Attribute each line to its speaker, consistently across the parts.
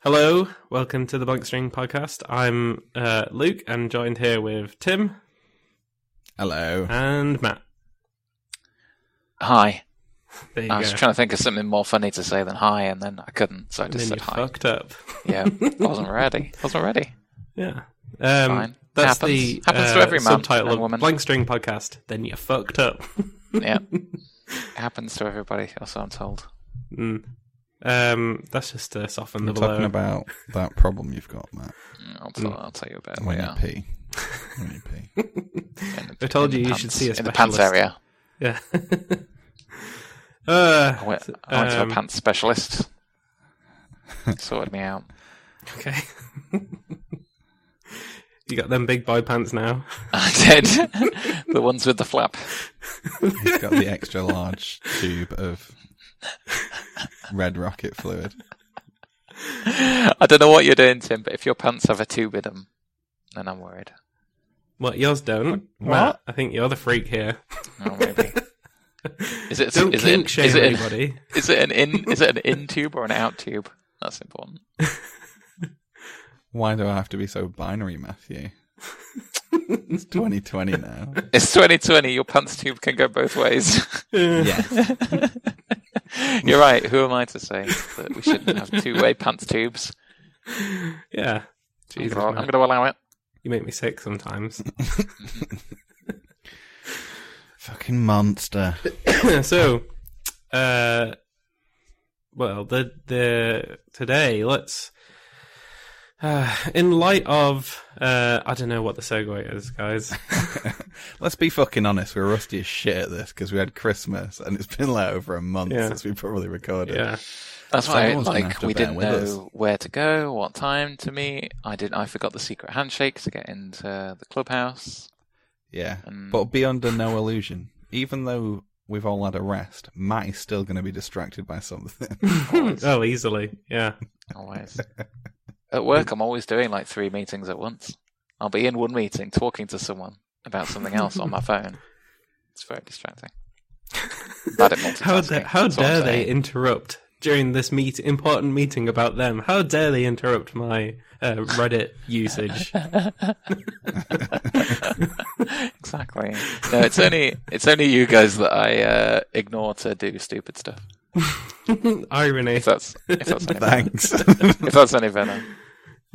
Speaker 1: Hello, welcome to the Blank String podcast. I'm uh, Luke and joined here with Tim
Speaker 2: Hello.
Speaker 1: and Matt.
Speaker 3: Hi.
Speaker 1: There you
Speaker 3: I was
Speaker 1: go.
Speaker 3: trying to think of something more funny to say than hi, and then I couldn't, so I
Speaker 1: and
Speaker 3: just
Speaker 1: then you
Speaker 3: said hi.
Speaker 1: fucked up.
Speaker 3: Yeah, I wasn't ready. I wasn't ready.
Speaker 1: Yeah. Um,
Speaker 3: Fine.
Speaker 1: That's
Speaker 3: Happens.
Speaker 1: the
Speaker 3: Happens to
Speaker 1: uh,
Speaker 3: every man
Speaker 1: subtitle
Speaker 3: and
Speaker 1: of
Speaker 3: woman.
Speaker 1: Blank String podcast. Then you fucked up.
Speaker 3: Yeah. It happens to everybody, or so I'm told.
Speaker 1: Mm. Um, that's just to soften the
Speaker 2: We're
Speaker 1: blow.
Speaker 2: talking about that problem you've got, Matt.
Speaker 3: Mm, I'll tell, I'll tell you about
Speaker 1: Mm.
Speaker 3: it
Speaker 2: When you
Speaker 3: later.
Speaker 2: pee. When you pee.
Speaker 3: In the-
Speaker 1: I told
Speaker 3: in
Speaker 1: you
Speaker 3: the
Speaker 1: you should
Speaker 3: pants-
Speaker 1: see a
Speaker 3: In the pants
Speaker 1: specialist.
Speaker 3: area.
Speaker 1: yeah. uh,
Speaker 3: I went, I went
Speaker 1: um,
Speaker 3: to a pants specialist. Sorted me out.
Speaker 1: Okay. you got them big boy pants now.
Speaker 3: I did. the ones with the flap.
Speaker 2: He's got the extra large tube of red rocket fluid.
Speaker 3: I don't know what you're doing, Tim, but if your pants have a tube in them, then I'm worried.
Speaker 1: Well, yours don't. Matt, I think you're the freak here.
Speaker 3: Oh, maybe. Is it,
Speaker 1: Don't
Speaker 3: is
Speaker 1: kink
Speaker 3: it,
Speaker 1: shame
Speaker 3: is it,
Speaker 1: anybody.
Speaker 3: Is it an in? Is it an in tube or an out tube? That's important.
Speaker 2: Why do I have to be so binary, Matthew? It's 2020 now.
Speaker 3: It's 2020. Your pants tube can go both ways.
Speaker 2: Yes.
Speaker 3: You're right. Who am I to say that we shouldn't have two-way pants tubes?
Speaker 1: yeah.
Speaker 3: I'm
Speaker 1: Jesus,
Speaker 3: going
Speaker 1: Matt.
Speaker 3: to allow it.
Speaker 1: You make me sick sometimes.
Speaker 2: Fucking monster.
Speaker 1: so, uh, well, the the today let's uh, in light of uh, I don't know what the segue is, guys.
Speaker 2: Let's be fucking honest. We're rusty as shit at this because we had Christmas and it's been like over a month
Speaker 1: Yeah.
Speaker 2: since we probably recorded.
Speaker 1: yeah,
Speaker 3: That's why,
Speaker 2: Someone's gonna have
Speaker 3: like,
Speaker 2: to
Speaker 3: we
Speaker 2: bear
Speaker 3: didn't
Speaker 2: with
Speaker 3: know
Speaker 2: us.
Speaker 3: where to go, what time to meet. I did. I forgot the secret handshake to get into the clubhouse.
Speaker 2: Yeah.
Speaker 1: Um,
Speaker 3: And
Speaker 2: But be under no illusion. Even though we've all had a rest, Matt is still going to be distracted by something.
Speaker 3: always,
Speaker 1: oh, easily, yeah.
Speaker 3: always. At work, I'm always doing like three meetings at once. I'll be in one meeting talking to someone about something else on my phone. It's very distracting. Bad at multitasking.
Speaker 1: How da- how
Speaker 3: that's what I'm
Speaker 1: dare they
Speaker 3: saying.
Speaker 1: interrupt during this meet important meeting about them? How dare they interrupt my uh, Reddit usage?
Speaker 3: exactly. No, it's only it's only you guys that I uh, ignore to do stupid stuff.
Speaker 1: Irony.
Speaker 3: If that's if that's any better.
Speaker 2: Thanks.
Speaker 3: if that's any better,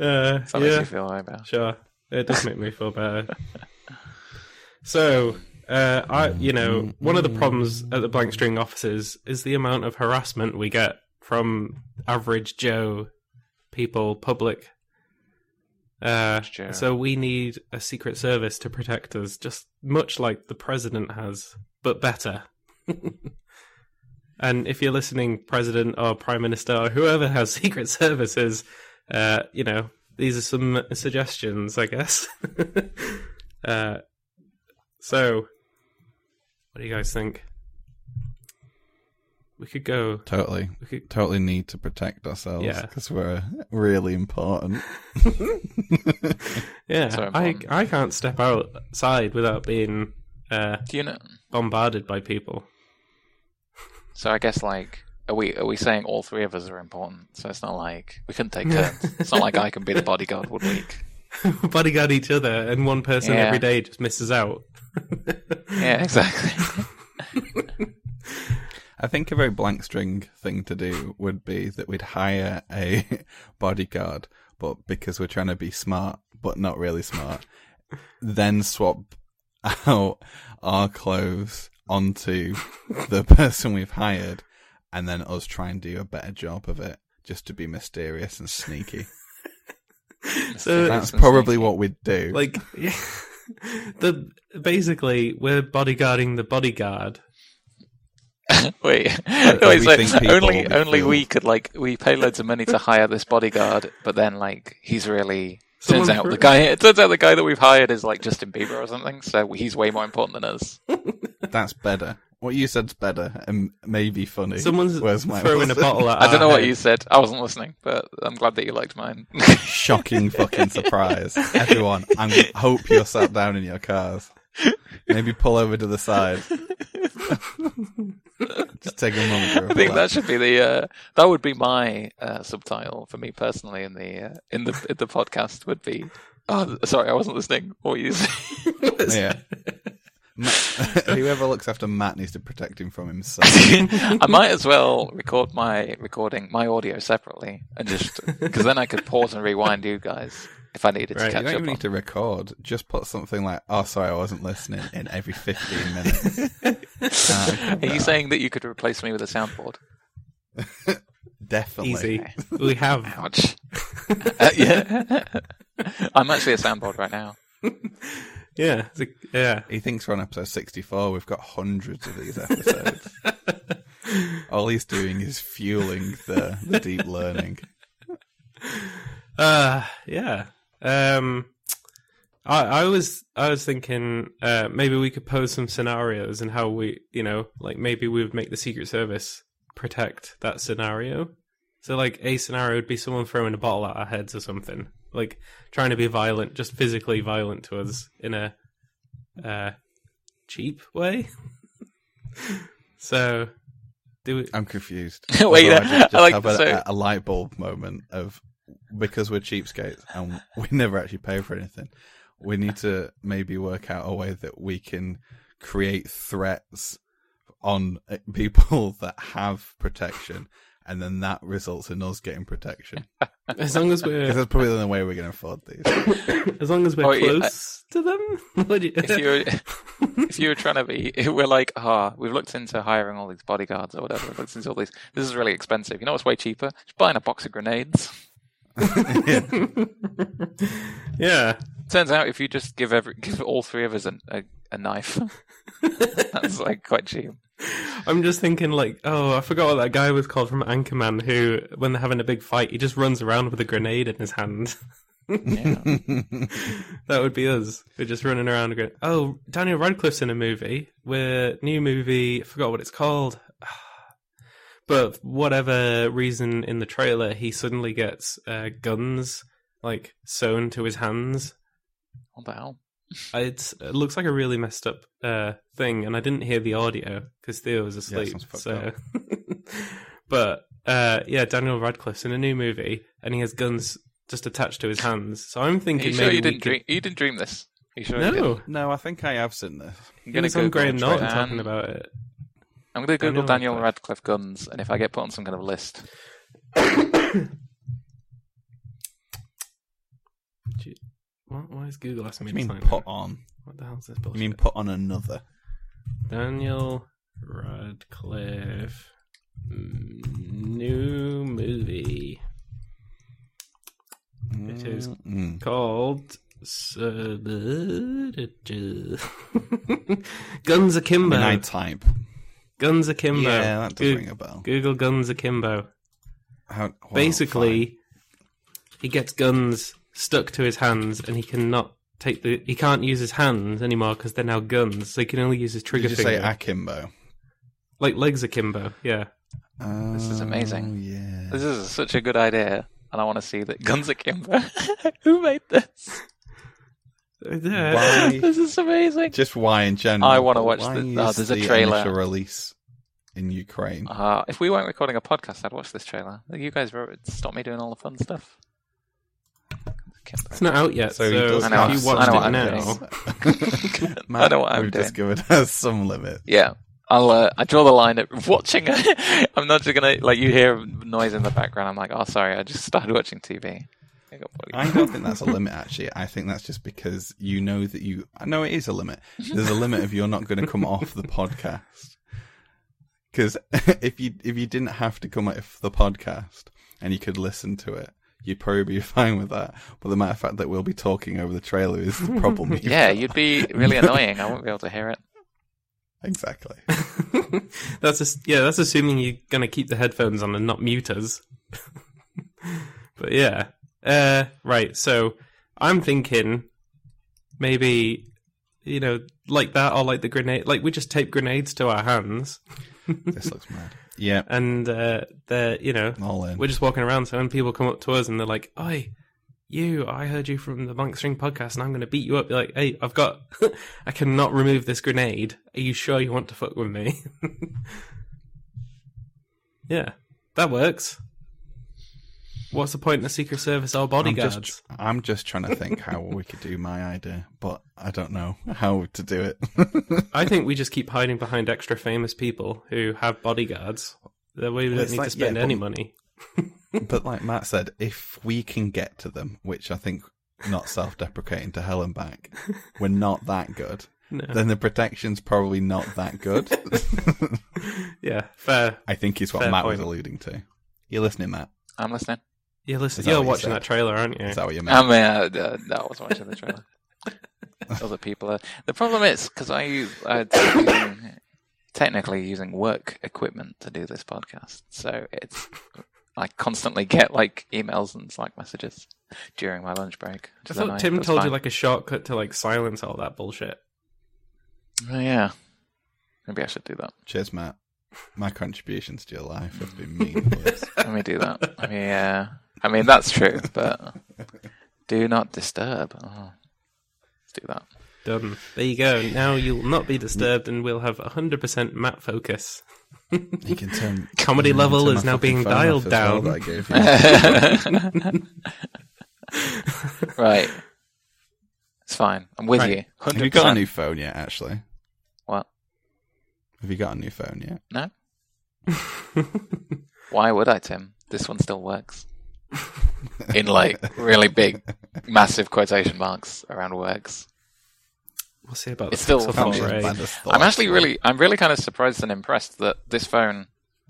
Speaker 1: Uh,
Speaker 3: if that makes
Speaker 1: yeah.
Speaker 3: you feel any better.
Speaker 1: Sure, it does make me feel better. So, uh, I, you know, one of the problems at the blank string offices is the amount of harassment we get from average Joe people, public. Uh,
Speaker 3: Joe.
Speaker 1: so we need a secret service to protect us, just much like the president has, but better. and if you're listening, president or prime minister or whoever has secret services, uh, you know, these are some suggestions, I guess. uh, so, what do you guys think? We could go.
Speaker 2: totally.
Speaker 1: We could,
Speaker 2: totally need to protect ourselves
Speaker 1: Yeah.
Speaker 2: because we're really important.
Speaker 1: yeah,
Speaker 3: So
Speaker 1: I
Speaker 3: important.
Speaker 1: I can't step outside without being uh,
Speaker 3: Do you know?
Speaker 1: bombarded by people.
Speaker 3: So I guess like. Are we are we saying all three of us are important? So it's not like we couldn't take turns. It's not like I can be the bodyguard one week.
Speaker 1: bodyguard each other, and one person
Speaker 3: Yeah.
Speaker 1: every day just misses out.
Speaker 3: Yeah, exactly.
Speaker 2: I think a very blank string thing to do would be that we'd hire a bodyguard, but because we're trying to be smart, but not really smart, then swap out our clothes onto the person we've hired, and then us try and do a better job of it just to be mysterious and sneaky.
Speaker 1: So-
Speaker 2: That's probably what we'd do.
Speaker 1: like the basically we're bodyguarding the bodyguard.
Speaker 3: Wait,
Speaker 2: that
Speaker 3: wait
Speaker 2: we
Speaker 3: so
Speaker 2: think people will
Speaker 3: only
Speaker 2: be
Speaker 3: only we
Speaker 2: fooled.
Speaker 3: could like we pay loads of money to hire this bodyguard, but then like he's really
Speaker 1: Someone
Speaker 3: turns out
Speaker 1: for-
Speaker 3: the guy it turns out the guy that we've hired is like Justin Bieber or something, so he's way more important than us.
Speaker 2: That's better. What you said's better and maybe funny.
Speaker 1: Someone's
Speaker 2: Where's my
Speaker 1: throwing a bottle at
Speaker 3: I don't
Speaker 1: our
Speaker 3: know what
Speaker 2: Uh,
Speaker 1: head.
Speaker 3: you said. I wasn't listening, but I'm glad that you liked mine.
Speaker 2: Shocking fucking surprise. Everyone, I hope you're sat down in your cars. Maybe pull over to the side. Just take a moment. to
Speaker 3: I think that
Speaker 2: reflect.
Speaker 3: should be the uh, that would be my uh, subtitle for me personally in the uh, in the in the podcast would be. Oh, sorry, I wasn't listening. What were you saying?
Speaker 2: Yeah. Ma- Whoever looks after Matt needs to protect him from himself.
Speaker 3: I might as well record my recording my audio separately and just because then I could pause and rewind you guys if I needed
Speaker 1: Right,
Speaker 3: to
Speaker 1: you
Speaker 2: You
Speaker 3: catch
Speaker 2: don't
Speaker 3: up.
Speaker 2: even
Speaker 3: On.
Speaker 2: need to record. Just put something like, "Oh, sorry, I wasn't listening." In every fifteen minutes, Ah,
Speaker 3: Are you saying that you could replace me with a soundboard?
Speaker 2: definitely.
Speaker 1: Easy. We have.
Speaker 3: Ouch. Uh, yeah, I'm actually a soundboard right now.
Speaker 1: Yeah. it's a- yeah.
Speaker 2: He thinks we're on episode sixty-four. We've got hundreds of these episodes. All he's doing is fueling the, the deep learning.
Speaker 1: Uh yeah. Um I I was I was thinking uh maybe we could pose some scenarios and how we you know, like maybe we would make the Secret Service protect that scenario. So like a scenario would be someone throwing a bottle at our heads or something. Like trying to be violent, just physically violent to us in a uh cheap way. so do we
Speaker 2: I'm confused.
Speaker 3: Wait,
Speaker 2: Although I
Speaker 3: I like-
Speaker 2: have a,
Speaker 3: so-
Speaker 2: a light bulb moment of because we're cheapskates and we never actually pay for anything. We need to maybe work out a way that we can create threats on uh, people that have protection, and then that results in us getting protection.
Speaker 1: as long as
Speaker 2: 'Cause
Speaker 1: we're
Speaker 2: that's probably the only way we're going to afford these.
Speaker 1: as long as we're
Speaker 3: Oh, yeah, I-
Speaker 1: close to them? What do you-
Speaker 3: If you were- if you were trying to be, we're like, ah, we've looked into hiring all these bodyguards or whatever. We've looked into all these. This is really expensive. You know what's way cheaper? Just buying a box of grenades.
Speaker 1: yeah.
Speaker 3: Turns out if you just give every give all three of us a, a, a knife, that's like quite cheap.
Speaker 1: I'm just thinking, like, oh, I forgot what that guy was called from Anchorman who, when they're having a big fight, he just runs around with a grenade in his hand.
Speaker 3: Yeah.
Speaker 1: that would be us. We're just running around. Going, oh, Daniel Radcliffe's in a movie. We're new movie. I forgot what it's called. But whatever reason in the trailer, he suddenly gets uh, guns like sewn to his hands.
Speaker 3: What the hell?
Speaker 1: It's, it looks like a really messed up uh, thing, and I didn't hear the audio because Theo was asleep.
Speaker 2: sounds fucked
Speaker 1: so, but uh, yeah, Daniel Radcliffe's in a new movie, and he has guns just attached to his hands. So I'm
Speaker 3: Are you
Speaker 1: thinking
Speaker 3: sure
Speaker 1: maybe
Speaker 3: you didn't
Speaker 1: we
Speaker 3: dream? You didn't dream this. Are you sure?
Speaker 1: could...
Speaker 3: You didn't?
Speaker 1: No,
Speaker 2: no, I think I have seen this.
Speaker 3: I'm
Speaker 1: it
Speaker 3: gonna
Speaker 1: was on
Speaker 3: Google
Speaker 1: Graham Norton
Speaker 3: Tran-
Speaker 1: talking about it.
Speaker 3: I'm gonna Google
Speaker 1: Daniel
Speaker 3: Daniel
Speaker 1: Radcliffe.
Speaker 3: Radcliffe guns, and if I get put on some kind of list,
Speaker 1: What, why is Google asking me
Speaker 2: You mean
Speaker 1: to sign
Speaker 2: put
Speaker 1: in?
Speaker 2: on?
Speaker 1: What the hell is this bullshit?
Speaker 2: You mean put on another?
Speaker 1: Daniel Radcliffe mm, new movie It is.
Speaker 2: Mm.
Speaker 1: called Guns
Speaker 2: I
Speaker 1: Akimbo.
Speaker 2: mean, I type.
Speaker 1: Guns Akimbo.
Speaker 2: Yeah, that does
Speaker 1: Goo-
Speaker 2: ring a bell.
Speaker 1: Google Guns Akimbo.
Speaker 2: How, well,
Speaker 1: Basically, he gets guns stuck to his hands, and he cannot take the. He can't use his hands anymore because they're now guns. So he can only use his
Speaker 2: fine.
Speaker 1: trigger
Speaker 2: did you
Speaker 1: finger,
Speaker 2: say akimbo?
Speaker 1: like legs akimbo. Yeah.
Speaker 2: This
Speaker 3: is amazing.
Speaker 2: Oh, Yeah.
Speaker 3: this is such a good idea, and I want to see that guns akimbo. Who made this?
Speaker 1: Yeah.
Speaker 2: Why-
Speaker 3: This is amazing.
Speaker 2: Just why in general?
Speaker 3: I wanna
Speaker 2: but
Speaker 3: watch
Speaker 2: why
Speaker 3: the-
Speaker 2: is
Speaker 3: oh, there's a
Speaker 2: the
Speaker 3: trailer.
Speaker 2: initial release in Ukraine.
Speaker 3: Uh, if we weren't recording a podcast, I'd watch this trailer. You guys wrote it to stop me doing all the fun stuff.
Speaker 1: It's not out yet, so,
Speaker 2: he does
Speaker 3: I know
Speaker 1: if
Speaker 2: have
Speaker 1: you
Speaker 3: what- I
Speaker 1: watched
Speaker 3: know
Speaker 1: it
Speaker 3: what
Speaker 1: now,
Speaker 3: I'm
Speaker 2: Matt,
Speaker 3: I know what I'm
Speaker 2: we've
Speaker 3: doing.
Speaker 2: discovered has some limit.
Speaker 3: Yeah. I'll uh, I draw the line at watching. I'm not just gonna like you hear noise in the background. I'm like, oh sorry, I just started watching TV. I got bored.
Speaker 2: I don't think that's a limit. Actually, I think that's just because you know that you. I know it is a limit. There's a limit if you're not going to come off the podcast. Because if you if you didn't have to come off the podcast and you could listen to it, you'd probably be fine with that. But the matter of fact that we'll be talking over the trailer is the problem. you've
Speaker 3: yeah,
Speaker 2: got.
Speaker 3: you'd be really annoying. I won't be able to hear it.
Speaker 2: exactly.
Speaker 1: that's as- yeah. That's assuming you're gonna keep the headphones on and not mute us. but yeah, uh, right. So I'm thinking maybe you know like that or like the grenade. Like we just tape grenades to our hands
Speaker 2: This looks mad. Yeah,
Speaker 1: and uh, they're you know
Speaker 2: all in.
Speaker 1: we're just walking around. So when people come up to us and they're like, "Oi, you! I heard you from the Blank String podcast, and I'm going to beat you up." You're like, "Hey, I've got, I cannot remove this grenade. Are you sure you want to fuck with me?" Yeah, that works. What's the point in a secret service or bodyguards?
Speaker 2: I'm just, I'm just trying to think how we could do my idea, but I don't know how to do it.
Speaker 1: I think we just keep hiding behind extra famous people who have bodyguards. That way we
Speaker 2: Well,
Speaker 1: don't
Speaker 2: it's
Speaker 1: need
Speaker 2: like-
Speaker 1: to spend
Speaker 2: yeah,
Speaker 1: any
Speaker 2: but-
Speaker 1: money.
Speaker 2: but like Matt said, if we can get to them, which I think not self-deprecating to hell and back, we're not that good.
Speaker 1: No.
Speaker 2: Then the protection's probably not that good.
Speaker 1: yeah, fair.
Speaker 2: I think is what
Speaker 1: Fair
Speaker 2: Matt was
Speaker 1: point.
Speaker 2: alluding to. You're listening, Matt.
Speaker 3: I'm listening.
Speaker 1: Yeah, listen,
Speaker 2: Is that
Speaker 1: you're
Speaker 2: what you
Speaker 1: watching
Speaker 2: said?
Speaker 1: that trailer, aren't you?
Speaker 2: Is that what you meant?
Speaker 3: I mean, uh, uh, no, I was watching the trailer. Other people are. The problem is because I use I'm using, technically using work equipment to do this podcast, so it's I constantly get like emails and Slack messages during my lunch break.
Speaker 1: I thought Tim told you like a shortcut to like silence all that bullshit.
Speaker 3: Oh, yeah, maybe I should do that.
Speaker 2: Cheers, Matt. My contributions to your life have been meaningless.
Speaker 3: Let me do that. I mean, yeah, I mean that's true, but do not disturb. Oh, let's do that.
Speaker 1: Done. There you go. Now you'll not be disturbed, and we'll have 100% Matt focus.
Speaker 2: you can turn
Speaker 1: Comedy
Speaker 2: you can
Speaker 1: level
Speaker 2: turn
Speaker 1: is
Speaker 2: my
Speaker 1: now
Speaker 2: fucking
Speaker 1: being
Speaker 2: phone off
Speaker 1: dialed
Speaker 2: as well
Speaker 1: down.
Speaker 2: that I gave you.
Speaker 3: right. It's fine. I'm with
Speaker 1: Right.
Speaker 3: you.
Speaker 2: have
Speaker 3: 100%.
Speaker 2: you got a new phone yet? Actually,
Speaker 3: What?
Speaker 2: have you got a new phone yet?
Speaker 3: No? Why would I, Tim? This one still works. In like really big, massive quotation marks around works.
Speaker 1: We'll see about the
Speaker 3: It's still
Speaker 1: Pixel
Speaker 3: Phone
Speaker 2: Can't be
Speaker 1: 4a.
Speaker 2: as bad as the
Speaker 3: I'm
Speaker 2: last
Speaker 3: actually
Speaker 2: one.
Speaker 3: really, I'm really kind of surprised and impressed that this phone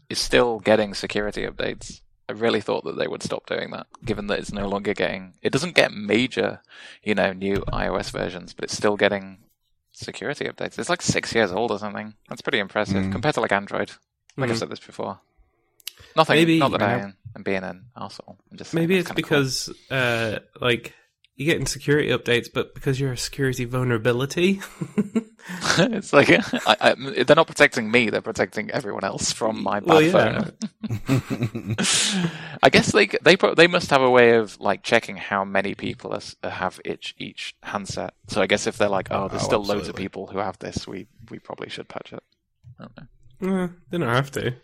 Speaker 3: is still getting security updates. I really thought that they would stop doing that, given that it's no longer getting. It doesn't get major, you know, new iOS versions, but it's still getting security updates. It's like six years old or something. That's pretty impressive
Speaker 2: Mm.
Speaker 3: compared to like Android. Like
Speaker 1: Mm.
Speaker 3: I said this before. Nothing.
Speaker 1: Maybe-
Speaker 3: not that I am I'm being an asshole. I'm just saying
Speaker 1: Maybe
Speaker 3: that's
Speaker 1: it's
Speaker 3: kinda cool.
Speaker 1: because, uh, like, you're getting security updates, but because you're a security vulnerability.
Speaker 3: it's like I, I, they're not protecting me; they're protecting everyone else from my bad
Speaker 1: Well, yeah.
Speaker 3: phone. I guess they they pro- they must have a way of like checking how many people are, s- have each each handset. So I guess if they're like, oh, there's
Speaker 2: Oh,
Speaker 3: still loads of
Speaker 2: absolutely.
Speaker 3: people who have this, we we probably should patch it. I don't know.
Speaker 1: Eh, they don't have to.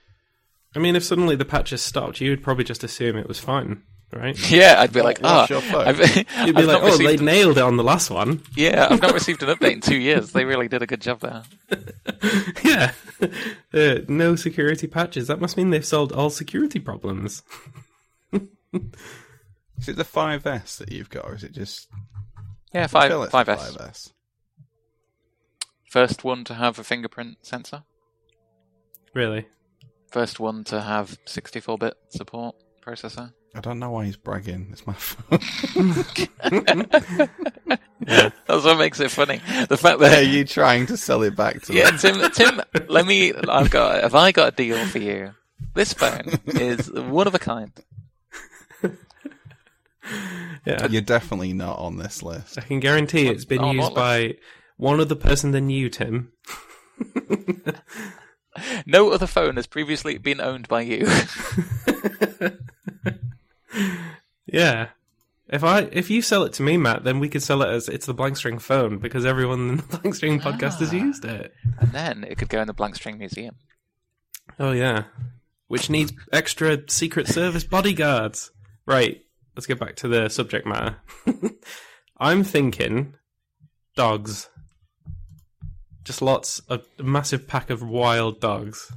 Speaker 1: I mean, if suddenly the patches stopped, you would probably just assume it was fine, right?
Speaker 3: Yeah, I'd be like, ah,
Speaker 2: What's your phone?
Speaker 3: I've,
Speaker 1: You'd
Speaker 3: I've
Speaker 1: be like,
Speaker 3: not
Speaker 1: oh,
Speaker 3: received,
Speaker 1: they nailed it on the last one.
Speaker 3: yeah, I've not received an update in two years. They really did a good job there.
Speaker 1: yeah. Uh, no security patches. That must mean they've solved all security problems.
Speaker 2: Is it the 5S that you've got, or is it just
Speaker 3: Yeah,
Speaker 2: I feel
Speaker 3: five
Speaker 2: it's the
Speaker 3: five S
Speaker 2: 5S.
Speaker 3: first one to have a fingerprint sensor,
Speaker 1: Really?
Speaker 3: first one to have 64-bit support processor.
Speaker 2: I don't know why he's bragging. It's my phone.
Speaker 3: That's what makes it funny. The fact that
Speaker 2: Are you trying to sell it back to
Speaker 3: Yeah,
Speaker 2: me?
Speaker 3: Tim. Tim, let me. I've got. Have I got a deal for you? This phone is one of a kind.
Speaker 1: Yeah.
Speaker 2: You're definitely not on this list.
Speaker 1: I can guarantee it's been
Speaker 3: Oh, I'm
Speaker 1: used
Speaker 3: not
Speaker 1: by one other person than you, Tim.
Speaker 3: No other phone has previously been owned by you.
Speaker 1: Yeah. If I if you sell it to me, Matt, then we could sell it as it's the blank string phone because everyone in the blank string podcast has
Speaker 3: Ah.
Speaker 1: used it.
Speaker 3: and then it could go in the Blank String Museum.
Speaker 1: Oh yeah. Which needs extra secret service bodyguards. Right. Let's get back to the subject matter. I'm thinking dogs. Just lots of a massive pack of wild dogs.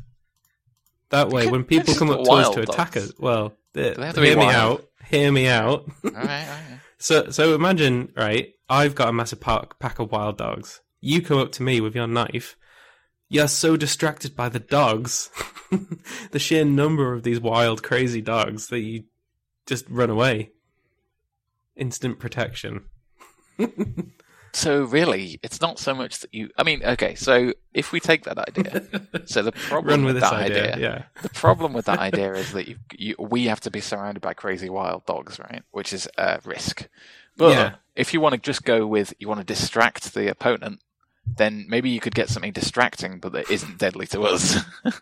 Speaker 1: That way when people come up to us
Speaker 3: Wild
Speaker 1: to attack
Speaker 3: dogs.
Speaker 1: us, well, they,
Speaker 3: they have to be
Speaker 1: hear me
Speaker 3: wild?
Speaker 1: out. Hear me out.
Speaker 3: All right, all right.
Speaker 1: So, so imagine, right? I've got a massive pack, pack of wild dogs. You come up to me with your knife. You're so distracted by the dogs, the sheer number of these wild, crazy dogs, that you just run away. Instant protection.
Speaker 3: So really, it's not so much that you. I mean, okay. So if we take that idea, so the problem
Speaker 1: Run with
Speaker 3: with
Speaker 1: this
Speaker 3: that
Speaker 1: idea.
Speaker 3: idea
Speaker 1: Yeah.
Speaker 3: The problem with that idea is that you, you, we have to be surrounded by crazy wild dogs, right? Which is a risk. But
Speaker 1: Yeah.
Speaker 3: if you want to just go with, you want to distract the opponent, then maybe you could get something distracting, but that isn't deadly to us.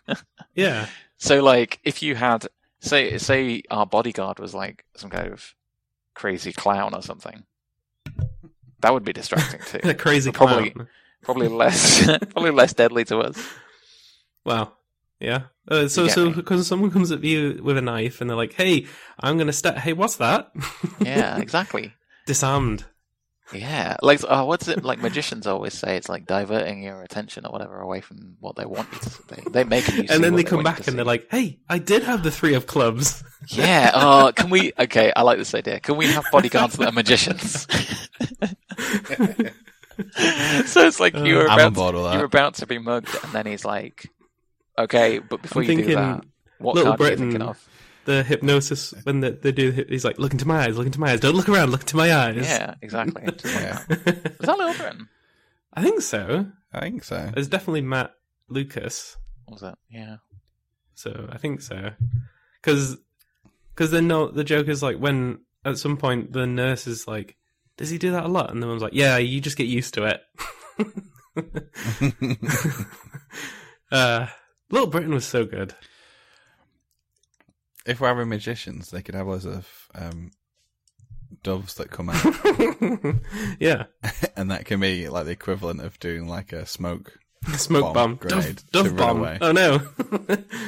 Speaker 1: Yeah.
Speaker 3: so, like, if you had, say, say our bodyguard was like some kind of crazy clown or something, that would be distracting too.
Speaker 1: A crazy
Speaker 3: Probably-
Speaker 1: clown.
Speaker 3: probably less, probably less deadly to us.
Speaker 1: Wow. Yeah. Uh, so
Speaker 3: You get
Speaker 1: so
Speaker 3: me.
Speaker 1: because someone comes at you with a knife and they're like, "Hey, I'm gonna stab." Hey, what's that?
Speaker 3: Yeah, exactly.
Speaker 1: Disarmed.
Speaker 3: Yeah, like oh, what's it like? Magicians always say it's like diverting your attention or whatever away from what they want you to see. They make you. See
Speaker 1: and then
Speaker 3: what
Speaker 1: they come
Speaker 3: want you
Speaker 1: back
Speaker 3: to
Speaker 1: and they're
Speaker 3: see.
Speaker 1: like, "Hey, I did have the three of clubs."
Speaker 3: "Yeah, oh, can we? Okay, I like this idea. Can we have bodyguards that are magicians?" so it's
Speaker 1: Uh,
Speaker 3: like you were
Speaker 2: I'm on
Speaker 3: about
Speaker 2: board with
Speaker 3: you were
Speaker 2: that.
Speaker 3: about to be mugged, and then he's like, "Okay, but before
Speaker 1: I'm
Speaker 3: you
Speaker 1: thinking
Speaker 3: do that, what
Speaker 1: Little
Speaker 3: card are you
Speaker 1: Britain.
Speaker 3: thinking of?"
Speaker 1: the hypnosis when they, they do. the- He's like, "Look into my eyes. Look into my eyes. Don't look around. Look into my eyes."
Speaker 3: Yeah, exactly. Just like that.
Speaker 1: Yeah.
Speaker 3: Is that Little Britain?
Speaker 1: I think so.
Speaker 2: I think so.
Speaker 1: It's definitely Matt Lucas.
Speaker 3: What was that? Yeah.
Speaker 1: So I think so. Because because then no, the joke is like when at some point the nurse is like, "Does he do that a lot?" And the mum's like, "Yeah, you just get used to it." uh, Little Britain was so good.
Speaker 2: if we're having magicians, they could have loads of um, doves that come out,
Speaker 1: yeah,
Speaker 2: and that can be like the equivalent of doing like a smoke.
Speaker 1: smoke bomb,
Speaker 2: Bomb,
Speaker 1: dove,
Speaker 2: grenade, to
Speaker 1: dove
Speaker 2: run
Speaker 1: bomb.
Speaker 2: away.
Speaker 1: Oh no,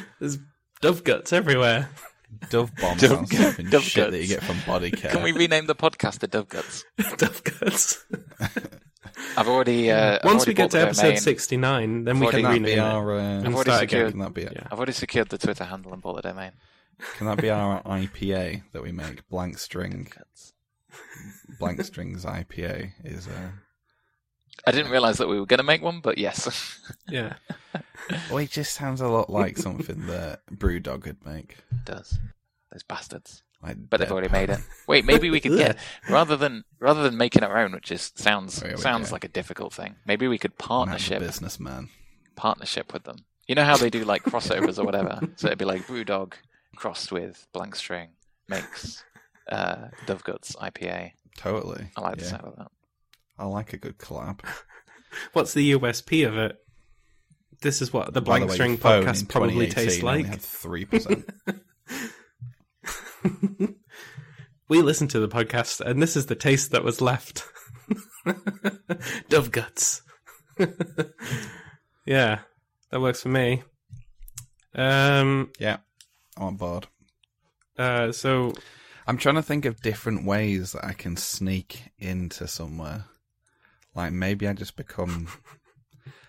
Speaker 1: there's dove guts everywhere.
Speaker 2: Dove bomb
Speaker 3: Dove
Speaker 2: sounds like some
Speaker 3: dove
Speaker 2: shit that
Speaker 3: guts.
Speaker 2: you get from body care.
Speaker 3: Can we rename the podcast the Doveguts?
Speaker 1: dove guts.
Speaker 3: I've already. Uh, I've
Speaker 1: Once
Speaker 3: already
Speaker 1: we get
Speaker 3: bought
Speaker 1: to
Speaker 3: the
Speaker 1: episode
Speaker 3: domain.
Speaker 1: sixty nine, then we
Speaker 3: Before
Speaker 1: can
Speaker 2: can that be
Speaker 1: rename it.
Speaker 2: our? Uh,
Speaker 1: And
Speaker 3: I've already
Speaker 1: start again.
Speaker 3: secured
Speaker 2: can that be? it?
Speaker 1: Yeah.
Speaker 3: I've already secured the Twitter handle and bought the domain.
Speaker 2: Can that be our IPA that we make? Blank string. Blank strings IPA is. Uh,
Speaker 3: I didn't realize that we were going to make one, but yes.
Speaker 1: Yeah,
Speaker 2: well, it just sounds a lot like something that Brewdog would make.
Speaker 3: it does. Those bastards.
Speaker 2: Like,
Speaker 3: But they've already made it. Wait, maybe we could get rather than rather than making our own, which is sounds
Speaker 2: Oh, yeah, we
Speaker 3: sounds
Speaker 2: can.
Speaker 3: like a difficult thing. Maybe we could
Speaker 2: partnership
Speaker 3: partnership
Speaker 2: businessman.
Speaker 3: partnership with them. You know how they do like crossovers or whatever? So it'd be like Brewdog crossed with blank string makes uh Doveguts IPA.
Speaker 2: Totally.
Speaker 3: I like the
Speaker 2: Yeah.
Speaker 3: sound of that.
Speaker 2: I like a good collab.
Speaker 1: what's the USP of it? This is what the
Speaker 2: By
Speaker 1: Blank
Speaker 2: way,
Speaker 1: String
Speaker 2: phone in
Speaker 1: podcast probably tastes
Speaker 2: 2018 only
Speaker 1: like.
Speaker 2: had three percent.
Speaker 1: We listened to the podcast, and this is the taste that was left. Dove guts. yeah, that works for me. Um.
Speaker 2: Yeah, I'm on board.
Speaker 1: Uh. So
Speaker 2: I'm trying to think of different ways that I can sneak into somewhere. Like maybe I just become.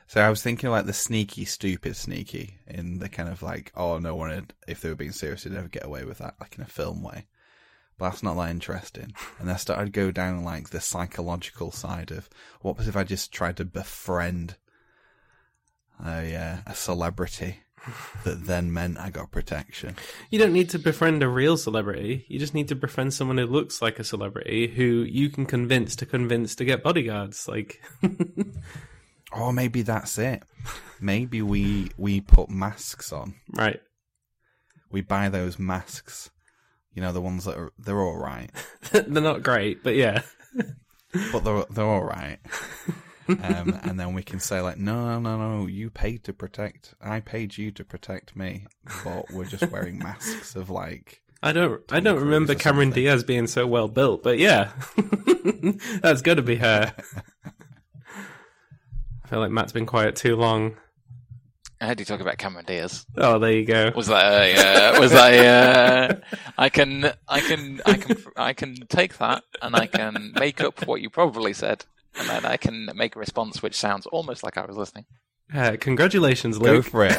Speaker 2: So I was thinking like the sneaky, stupid, sneaky in the kind of like, oh, no one, had, if they were being serious, they'd never get away with that, like in a film way. But that's not that interesting. And I started to go down like the psychological side of what was if I just tried to befriend a uh, a celebrity that then meant I got protection.
Speaker 1: You don't need to befriend a real celebrity. You just need to befriend someone who looks like a celebrity who you can convince to convince to get bodyguards. Like,
Speaker 2: Or maybe that's it. Maybe we we put masks on.
Speaker 1: right.
Speaker 2: We buy those masks. You know the ones that are they're all right,
Speaker 1: They're not great, but yeah.
Speaker 2: but they're they're all right. Um, and then we can say like, no, no, no, no, you paid to protect. I paid you to protect me, but we're just wearing masks of like.
Speaker 1: I don't I
Speaker 2: Tom
Speaker 1: don't
Speaker 2: Cruise
Speaker 1: remember
Speaker 2: or
Speaker 1: Cameron
Speaker 2: something.
Speaker 1: Diaz being so well built, but yeah. That's got to be her. I feel like Matt's been quiet too long.
Speaker 3: I heard you talk about Cameron Diaz.
Speaker 1: Oh, there you go.
Speaker 3: Was that a, uh, was that a, uh, I can I can I can I can take that and I can make up what you probably said and then I can make a response which sounds almost like I was listening.
Speaker 1: Uh, congratulations,
Speaker 2: Go
Speaker 1: Luke.
Speaker 2: for it.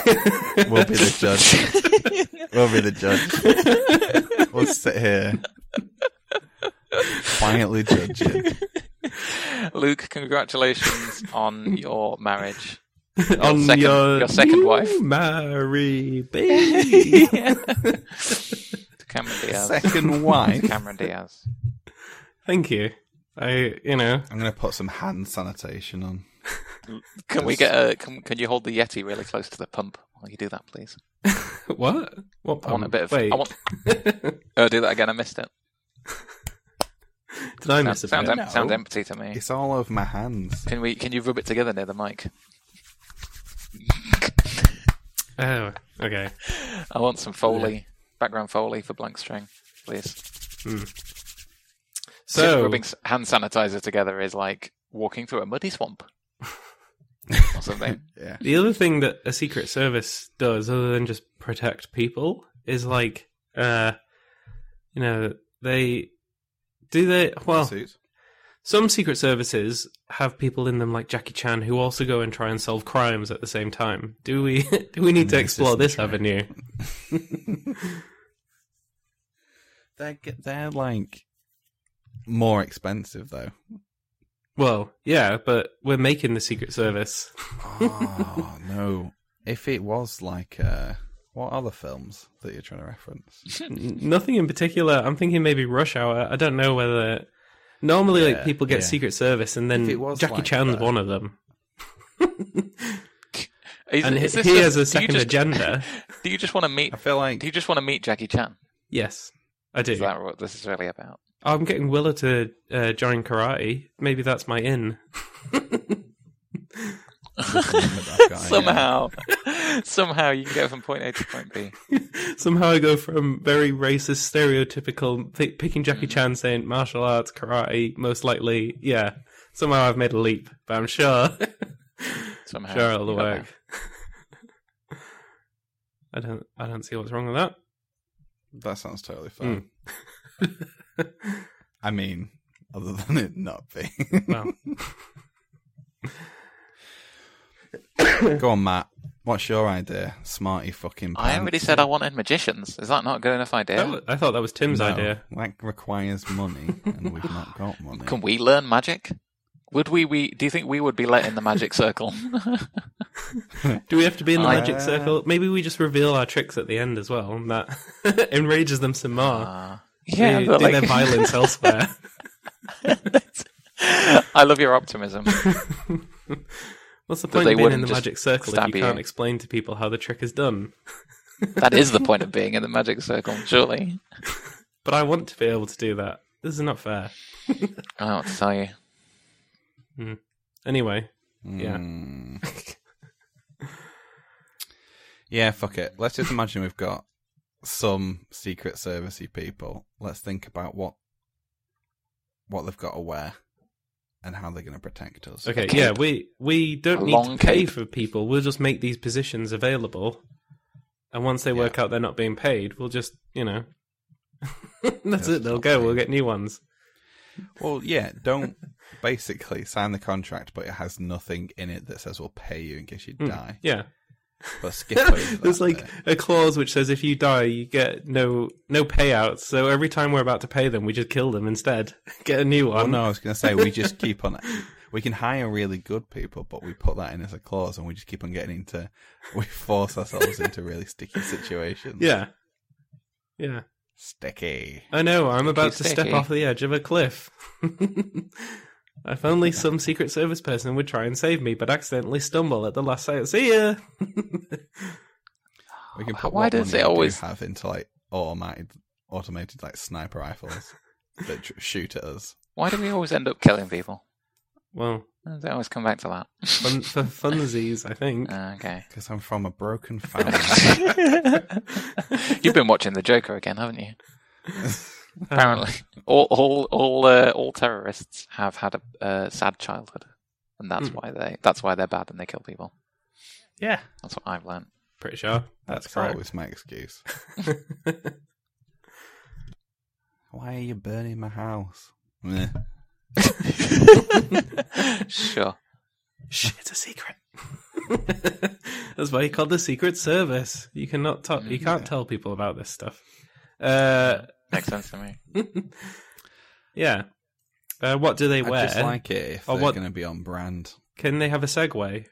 Speaker 2: We'll be the judge. We'll be the judge. We'll sit here quietly judging.
Speaker 3: Luke, congratulations on your marriage.
Speaker 1: On
Speaker 3: second-
Speaker 1: your,
Speaker 3: your second wife.
Speaker 1: Mary B.
Speaker 3: To Cameron Diaz.
Speaker 2: Second wife.
Speaker 3: Cameron Diaz.
Speaker 1: Thank you. I, you know,
Speaker 2: I'm gonna put some hand sanitation on.
Speaker 3: Can we get a can, can you hold the Yeti really close to the pump while you do that, please?
Speaker 1: What? What?
Speaker 3: I want a
Speaker 1: pump?
Speaker 3: bit of
Speaker 1: Wait,
Speaker 3: I want Oh do that again, I missed it.
Speaker 1: did I
Speaker 3: Sounds,
Speaker 1: miss a
Speaker 3: sounds,
Speaker 1: bit?
Speaker 3: em- sounds
Speaker 2: No.
Speaker 3: empty to me.
Speaker 2: It's all over my hands.
Speaker 3: Can we can you rub it together near the mic?
Speaker 1: Oh, okay.
Speaker 3: I want some Foley, background Foley for blank string, please.
Speaker 1: So,
Speaker 3: rubbing s- hand sanitizer together is like walking through a muddy swamp. or something.
Speaker 2: Yeah.
Speaker 1: The other thing that a secret service does, other than just protect people, is like, uh, you know, they do they well.
Speaker 2: Suit.
Speaker 1: Some secret services have people in them like Jackie Chan who also go and try and solve crimes at the same time. Do we do we need to
Speaker 2: This
Speaker 1: explore
Speaker 2: isn't
Speaker 1: this
Speaker 2: true.
Speaker 1: avenue?
Speaker 2: They're g- they're like more expensive though.
Speaker 1: Well, yeah, but we're making the secret service.
Speaker 2: Oh no! If it was like uh, what other films that you're trying to reference?
Speaker 1: N- Nothing in particular. I'm thinking maybe Rush Hour. I don't know whether normally
Speaker 2: Yeah,
Speaker 1: like people get
Speaker 2: yeah.
Speaker 1: secret service and
Speaker 2: If
Speaker 1: then
Speaker 2: it was
Speaker 1: Jackie
Speaker 2: like
Speaker 1: Chan's
Speaker 2: that.
Speaker 1: one of them.
Speaker 3: Is-
Speaker 1: and
Speaker 3: is
Speaker 1: he
Speaker 3: this
Speaker 1: he
Speaker 3: just-
Speaker 1: has a
Speaker 3: do you
Speaker 1: second
Speaker 3: just-
Speaker 1: agenda.
Speaker 3: Do you just want to meet?
Speaker 2: I feel like
Speaker 3: Do you just want to meet Jackie Chan?
Speaker 1: Yes, I do. Oh,
Speaker 3: Is that what this is really about?
Speaker 1: I'm getting Willa to uh, join karate. Maybe that's my in.
Speaker 2: just remember that guy, yeah.
Speaker 3: somehow, somehow you can get from point A to point B.
Speaker 1: Somehow I go from very racist, stereotypical pi picking Jackie Chan, saying martial arts, karate, most likely. Yeah, somehow I've made a leap, but I'm sure,
Speaker 3: Somehow,
Speaker 1: sure it'll
Speaker 3: You got
Speaker 1: work. I don't, I don't see what's wrong with that.
Speaker 2: That sounds totally
Speaker 1: Hmm.
Speaker 2: fine. I mean, other than it not being.
Speaker 1: Well,
Speaker 2: Go on, Matt. What's your idea, smarty fucking?
Speaker 3: I already said I wanted magicians. Is that not a good enough idea?
Speaker 1: that was, I thought that was Tim's
Speaker 2: no,
Speaker 1: idea.
Speaker 2: That requires money, and we've not got money.
Speaker 3: Can we learn magic? Would we, we? Do you think we would be let in the magic circle?
Speaker 1: Do we have to be in the
Speaker 3: I-
Speaker 1: magic circle? Maybe we just reveal our tricks at the end as well, and that enrages them some more.
Speaker 3: Uh, yeah,
Speaker 1: do,
Speaker 3: but
Speaker 1: do
Speaker 3: like,
Speaker 1: their violence elsewhere.
Speaker 3: I love your optimism.
Speaker 1: What's the point
Speaker 3: they
Speaker 1: of being in
Speaker 3: wouldn't
Speaker 1: the
Speaker 3: just
Speaker 1: magic circle if
Speaker 3: stab
Speaker 1: you
Speaker 3: you.
Speaker 1: can't explain to people how the trick is done?
Speaker 3: That is the point of being in the magic circle, surely.
Speaker 1: But I want to be able to do that. This is not fair.
Speaker 3: I don't know what to tell you.
Speaker 1: Anyway, yeah.
Speaker 2: Mm. yeah, fuck it. Let's just imagine we've got some secret servicey people. Let's think about what what they've got to wear and how they're going to protect us.
Speaker 1: Okay,
Speaker 3: cape.
Speaker 1: yeah, we we don't
Speaker 3: A
Speaker 1: need
Speaker 3: long
Speaker 1: to pay
Speaker 3: cape.
Speaker 1: for people. We'll just make these positions available. And once they work out they're not being paid, we'll just, you know. That's
Speaker 2: Yeah,
Speaker 1: it, they'll
Speaker 2: stop
Speaker 1: go. We'll
Speaker 2: paying.
Speaker 1: get new ones.
Speaker 2: Well, yeah, don't basically sign the contract, but it has nothing in it that says we'll pay you in case you die.
Speaker 1: Yeah.
Speaker 2: But skip over that
Speaker 1: Hmm. There's like
Speaker 2: bit.
Speaker 1: a clause which says if you die, you get no no payouts. So every time we're about to pay them, we just kill them instead. Get a new
Speaker 2: Oh
Speaker 1: one.
Speaker 2: no, I was going to say we just keep on. We can hire really good people, but we put that in as a clause, and we just keep on getting into. We force ourselves into really sticky situations.
Speaker 1: Yeah. Yeah.
Speaker 2: sticky.
Speaker 1: I know, I'm about to
Speaker 3: Sticky,
Speaker 1: step
Speaker 3: sticky.
Speaker 1: off the edge of a cliff. if only some Secret Service person would try and save me, but accidentally stumble at the last sight. See ya!
Speaker 2: We can
Speaker 3: Why
Speaker 2: put what
Speaker 3: does
Speaker 2: money
Speaker 3: it
Speaker 2: we do
Speaker 3: always-
Speaker 2: have into like automated, automated like sniper rifles that tr- shoot at us?
Speaker 3: Why do we always end up killing people?
Speaker 1: well,
Speaker 3: They always come back to that.
Speaker 1: fun, for funsies, I think.
Speaker 3: Uh, okay.
Speaker 2: Because I'm from a broken family.
Speaker 3: You've been watching The Joker again, haven't you?
Speaker 1: Uh,
Speaker 3: Apparently, all all all uh, all terrorists have had a uh, sad childhood, and that's
Speaker 1: Hmm.
Speaker 3: why they that's why they're bad and they kill people.
Speaker 1: Yeah.
Speaker 3: That's what I've learned.
Speaker 1: Pretty sure. Uh,
Speaker 2: That's,
Speaker 1: That's correct.
Speaker 2: always my excuse. Why are you burning my house? Meh.
Speaker 3: Sure.
Speaker 1: Shh, it's a secret. That's why you called the Secret Service. You cannot talk, you can't tell people about this stuff. Uh,
Speaker 3: Makes sense to me.
Speaker 1: yeah. Uh, what do they wear?
Speaker 2: I just like it if
Speaker 3: Oh,
Speaker 1: Or
Speaker 2: they're
Speaker 1: what-
Speaker 2: going to be on brand.
Speaker 1: Can they have a segue?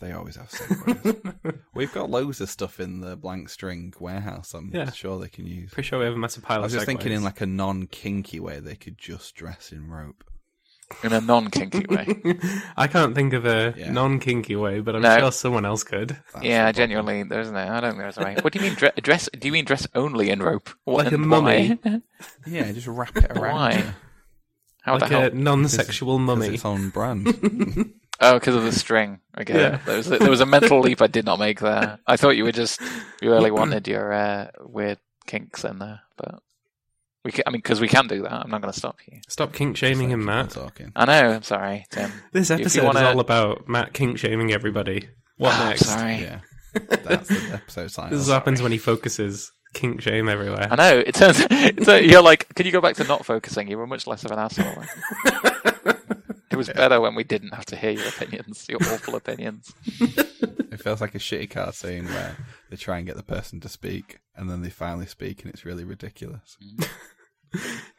Speaker 2: They always have segues. We've got loads of stuff in the blank string warehouse. I'm
Speaker 1: Yeah.
Speaker 2: sure they can use.
Speaker 1: Pretty sure we have a massive pile
Speaker 2: I was
Speaker 1: of
Speaker 2: just thinking
Speaker 1: segues.
Speaker 2: in like a non kinky way, they could just dress in rope.
Speaker 3: In a non kinky way.
Speaker 1: I can't think of a
Speaker 2: Yeah.
Speaker 1: non kinky way, but I'm
Speaker 3: No.
Speaker 1: sure someone else could.
Speaker 2: That's
Speaker 3: yeah,
Speaker 2: the problem.
Speaker 3: genuinely, there isn't there. I don't think there's a way. What do you mean dre- dress? Do you mean dress only in rope? What,
Speaker 1: Like a
Speaker 3: and why?
Speaker 1: mummy.
Speaker 2: Yeah, just wrap it around.
Speaker 3: Why? How
Speaker 1: like
Speaker 3: the hell?
Speaker 1: a non sexual
Speaker 2: 'cause
Speaker 1: mummy.
Speaker 2: it's on brand.
Speaker 3: Oh, because of the string. Okay,
Speaker 1: Yeah.
Speaker 3: there was a, there was a mental leap I did not make there. I thought you were just you really wanted your uh, weird kinks in there, but We can, I mean, because we can do that. I'm not going to stop you.
Speaker 1: Stop kink shaming him,
Speaker 2: Stop
Speaker 1: Matt.
Speaker 2: Talking.
Speaker 3: I know. I'm sorry, Tim.
Speaker 1: This
Speaker 3: If you
Speaker 1: episode
Speaker 3: wanna-
Speaker 1: is all about Matt kink shaming everybody. What
Speaker 3: Ah, I'm
Speaker 1: next?
Speaker 3: sorry.
Speaker 2: Yeah, that's the episode
Speaker 1: This is
Speaker 2: title.
Speaker 1: what happens when he focuses. Kink shame everywhere.
Speaker 3: I know. It turns. It's a, you're like, can you go back to not focusing? You were much less of an asshole. it was better when we didn't have to hear your opinions, your awful opinions.
Speaker 2: It feels like a shitty cartoon where they try and get the person to speak, and then they finally speak, and it's really ridiculous.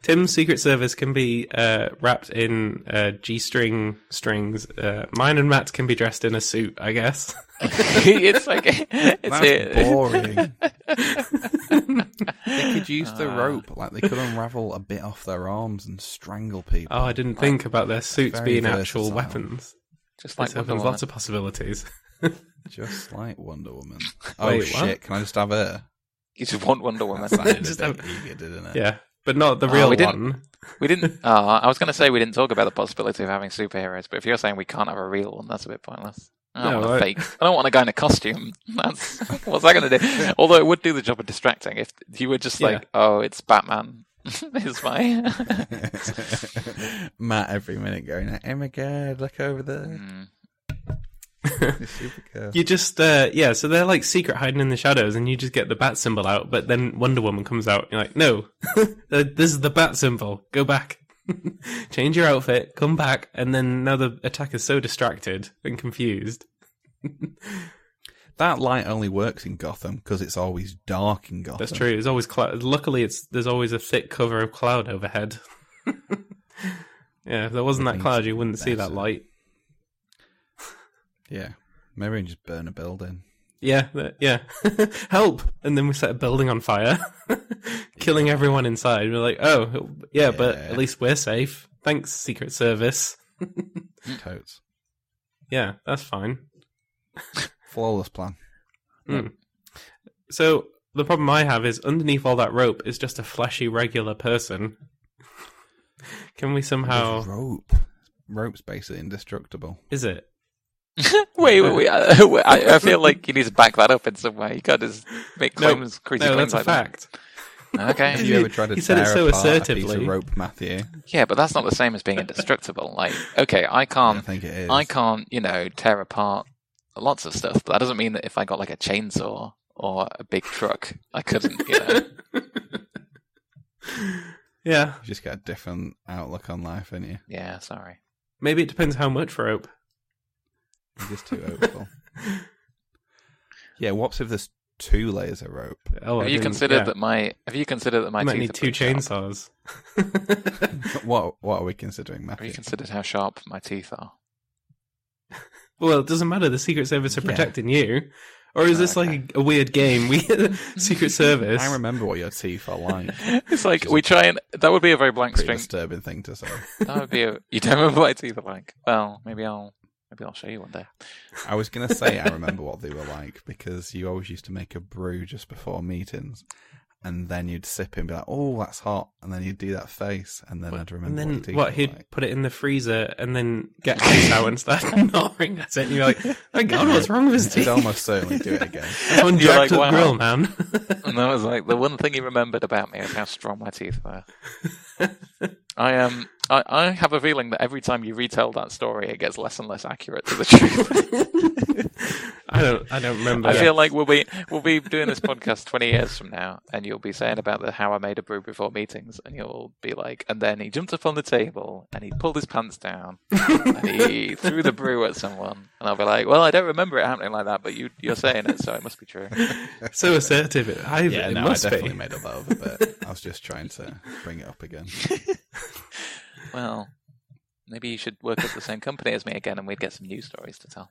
Speaker 1: Tim's Secret Service can be uh, wrapped in uh, G-string strings. Uh, mine and Matt's can be dressed in a suit, I guess.
Speaker 3: it's like it's
Speaker 2: That's
Speaker 3: it.
Speaker 2: boring.
Speaker 1: Oh,
Speaker 2: they could use the
Speaker 3: Uh.
Speaker 2: rope, like they could unravel a bit off their arms and strangle people.
Speaker 1: Oh, I didn't think about their suits
Speaker 2: Very
Speaker 1: being actual
Speaker 2: versatile.
Speaker 1: weapons.
Speaker 3: just
Speaker 1: This
Speaker 3: like Wonder
Speaker 1: opens
Speaker 3: Woman.
Speaker 1: lots of possibilities.
Speaker 2: Just like Wonder Woman. Oh
Speaker 1: Wait,
Speaker 2: shit!
Speaker 1: what?
Speaker 2: Can I just have her?
Speaker 3: You just want Wonder Woman.
Speaker 2: That sounded
Speaker 1: Just
Speaker 2: a bit
Speaker 1: have-
Speaker 2: eager, didn't it?
Speaker 1: Yeah, but not the
Speaker 3: Oh,
Speaker 1: real
Speaker 3: we didn't-
Speaker 1: one.
Speaker 3: We didn't. Uh, I was going to say we didn't talk about the possibility of having superheroes, but if you're saying we can't have a real one, that's a bit pointless. I don't
Speaker 1: No,
Speaker 3: want a
Speaker 1: I-
Speaker 3: fake. I don't want a guy in a costume. That's what's that going to do? Although it would do the job of distracting if you were just like,
Speaker 1: Yeah.
Speaker 3: "Oh, it's Batman." is my
Speaker 2: Matt every minute going, oh my god, look over there.
Speaker 3: Mm.
Speaker 2: It's Supergirl.
Speaker 1: You just uh, Mm. yeah, so they're like secret hiding in the shadows, and you just get the bat symbol out. But then Wonder Woman comes out. And you're like, no, this is the bat symbol. Go back, change your outfit, come back, and then now the attacker's so distracted and confused.
Speaker 2: That light only works in Gotham because it's always dark in Gotham.
Speaker 1: That's true. There's always cloud. Luckily, it's there's always a thick cover of cloud overhead. yeah, if there wasn't that
Speaker 2: Things
Speaker 1: cloud, you wouldn't see that
Speaker 2: better.
Speaker 1: light.
Speaker 2: Yeah. Maybe we can just burn a building.
Speaker 1: Yeah, that, yeah. Help! And then we set a building on fire, killing everyone inside. We're like, oh, yeah, but
Speaker 2: Yeah.
Speaker 1: at least we're safe. Thanks, Secret Service. Mm.
Speaker 2: Totes.
Speaker 1: Yeah, that's fine.
Speaker 2: Flawless plan.
Speaker 1: So the problem I have is underneath all that rope is just a fleshy regular person. Can we
Speaker 2: With
Speaker 1: somehow?
Speaker 2: rope. Rope's basically indestructible.
Speaker 1: Is it?
Speaker 3: Wait, wait, uh, wait. I, I feel like you need to back that up in some way. You can't just make
Speaker 1: No,
Speaker 3: claims, crazy
Speaker 1: No,
Speaker 3: claims
Speaker 1: that's a
Speaker 3: like that.
Speaker 1: fact.
Speaker 3: Okay.
Speaker 2: Have you ever tried to
Speaker 1: He said it
Speaker 2: tear
Speaker 1: so
Speaker 2: apart a piece
Speaker 1: assertively.
Speaker 2: of rope, Matthew?
Speaker 3: Yeah, but that's not the same as being indestructible. Like, okay, I
Speaker 2: I
Speaker 1: Um,
Speaker 3: can't,
Speaker 2: don't think it is.
Speaker 3: I can't, you know, tear apart lots of stuff, but that doesn't mean that if I got like a chainsaw or a big truck, I couldn't, you know.
Speaker 1: Yeah,
Speaker 2: You just get a different outlook on life, ain't you?
Speaker 3: yeah, sorry.
Speaker 1: maybe it depends how much rope.
Speaker 2: You're just too hopeful. yeah, what's if there's two layers of rope?
Speaker 1: Oh, I
Speaker 3: have you
Speaker 1: didn't-
Speaker 3: considered
Speaker 1: yeah.
Speaker 3: that my? Have you considered that my
Speaker 1: You might
Speaker 3: teeth
Speaker 1: need two
Speaker 3: are pretty sharp?
Speaker 1: chainsaws.
Speaker 2: What what are we considering,
Speaker 3: Have
Speaker 2: Matthew?
Speaker 3: you considered how sharp my teeth are?
Speaker 1: Well, it doesn't matter. The Secret Service are
Speaker 2: Yeah.
Speaker 1: protecting you. Or is this like a, a weird game? We Secret Service.
Speaker 2: I remember what your teeth are like.
Speaker 3: It's like we try and that would be a very blank
Speaker 2: Pretty
Speaker 3: string.
Speaker 2: disturbing thing to say.
Speaker 3: That would be a. You don't remember what my teeth are like? Well, maybe I'll. Maybe I'll show you one day.
Speaker 2: I was going to say I remember what they were like because you always used to make a brew just before meetings, and then you'd sip it and be like, "Oh, that's hot," and then you'd do that face, and then
Speaker 1: and
Speaker 2: I'd remember.
Speaker 1: then
Speaker 2: what, your teeth
Speaker 1: what?
Speaker 2: were
Speaker 1: He'd
Speaker 2: like.
Speaker 1: put it in the freezer and then get ice out and start gnawing at it. And you're like, oh God, what's wrong with his
Speaker 2: He'd
Speaker 1: teeth?
Speaker 2: almost certainly do it again.
Speaker 1: Someone
Speaker 3: You're
Speaker 1: jacked
Speaker 3: like,
Speaker 1: up the
Speaker 3: wow.
Speaker 1: grill, man.
Speaker 3: And that was like the one thing he remembered about me was how strong my teeth were. I um, I, I have a feeling that every time you retell that story, it gets less and less accurate to the truth.
Speaker 1: I don't. I don't remember.
Speaker 3: I feel like we'll be we'll be doing this podcast twenty years from now, and you'll be saying about the how I made a brew before meetings, and you'll be like, and then he jumped up on the table and he pulled his pants down and he threw the brew at someone, and I'll be like, well, I don't remember it happening like that, but you you're saying it, so it must be true.
Speaker 1: so assertive. It, I,
Speaker 2: Yeah,
Speaker 1: it
Speaker 2: no, I
Speaker 1: must
Speaker 2: definitely
Speaker 1: be.
Speaker 2: made up that other bit. I was just trying to bring it up again.
Speaker 3: Well, maybe you should work at the same company as me again, and we'd get some news stories to tell.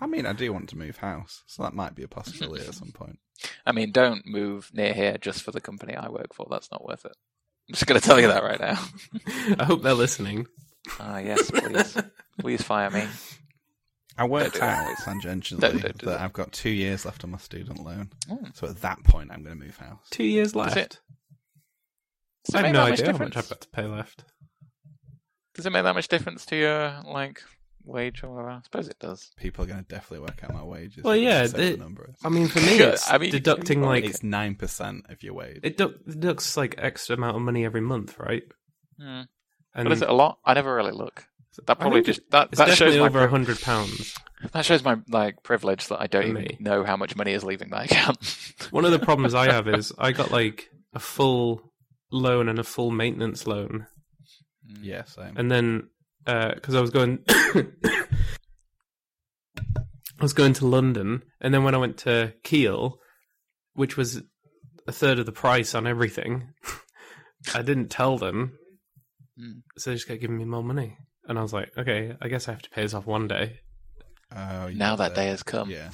Speaker 2: I mean, I do want to move house, so that might be a possibility at some point.
Speaker 3: I mean, don't move near here just for the company I work for. That's not worth it. I'm just going to tell you that right now.
Speaker 1: I hope they're listening.
Speaker 3: Ah, yes, please, please fire me.
Speaker 2: I worked
Speaker 3: Don't do
Speaker 2: out
Speaker 3: that.
Speaker 2: tangentially
Speaker 3: Don't- don't do
Speaker 2: that
Speaker 3: that.
Speaker 2: I've got two years left on my student loan,
Speaker 3: Oh.
Speaker 2: so at that point, I'm going to move house.
Speaker 1: Two years left.
Speaker 3: it- Does it
Speaker 1: I
Speaker 3: make
Speaker 1: have no
Speaker 3: that much
Speaker 1: idea how much
Speaker 3: difference?
Speaker 1: I've got to pay left.
Speaker 3: Does it make that much difference to your like wage or whatever? I suppose it does.
Speaker 2: People are going to definitely work out my wages.
Speaker 1: Well,
Speaker 2: if they
Speaker 1: yeah,
Speaker 2: accept
Speaker 1: they-
Speaker 2: the number is.
Speaker 1: I mean, for me,
Speaker 3: Sure,
Speaker 1: it's
Speaker 3: I mean,
Speaker 1: deducting
Speaker 3: you-
Speaker 1: like
Speaker 2: it's nine percent of your wage.
Speaker 1: it du- deducts like extra amount of money every month, right?
Speaker 3: Hmm.
Speaker 1: And
Speaker 3: But is it a lot? I never really look. That probably
Speaker 1: think
Speaker 3: just that
Speaker 1: it's
Speaker 3: that shows
Speaker 1: definitely
Speaker 3: my
Speaker 1: over a hundred pounds.
Speaker 3: that shows my like privilege that I don't
Speaker 1: For
Speaker 3: even
Speaker 1: me.
Speaker 3: know how much money is leaving my account.
Speaker 1: One of the problems I have is I got like a full loan and a full maintenance loan,
Speaker 3: Hmm.
Speaker 2: Yeah, same.
Speaker 1: and then because I was going, I was going to London, and then when I went to Kiel, which was a third of the price on everything, I didn't tell them,
Speaker 3: Hmm.
Speaker 1: so they just kept giving me more money, and I was like, okay, I guess I have to pay this off one day.
Speaker 2: Oh, you
Speaker 3: Now
Speaker 2: got
Speaker 3: that
Speaker 2: the-
Speaker 3: day has come.
Speaker 2: Yeah.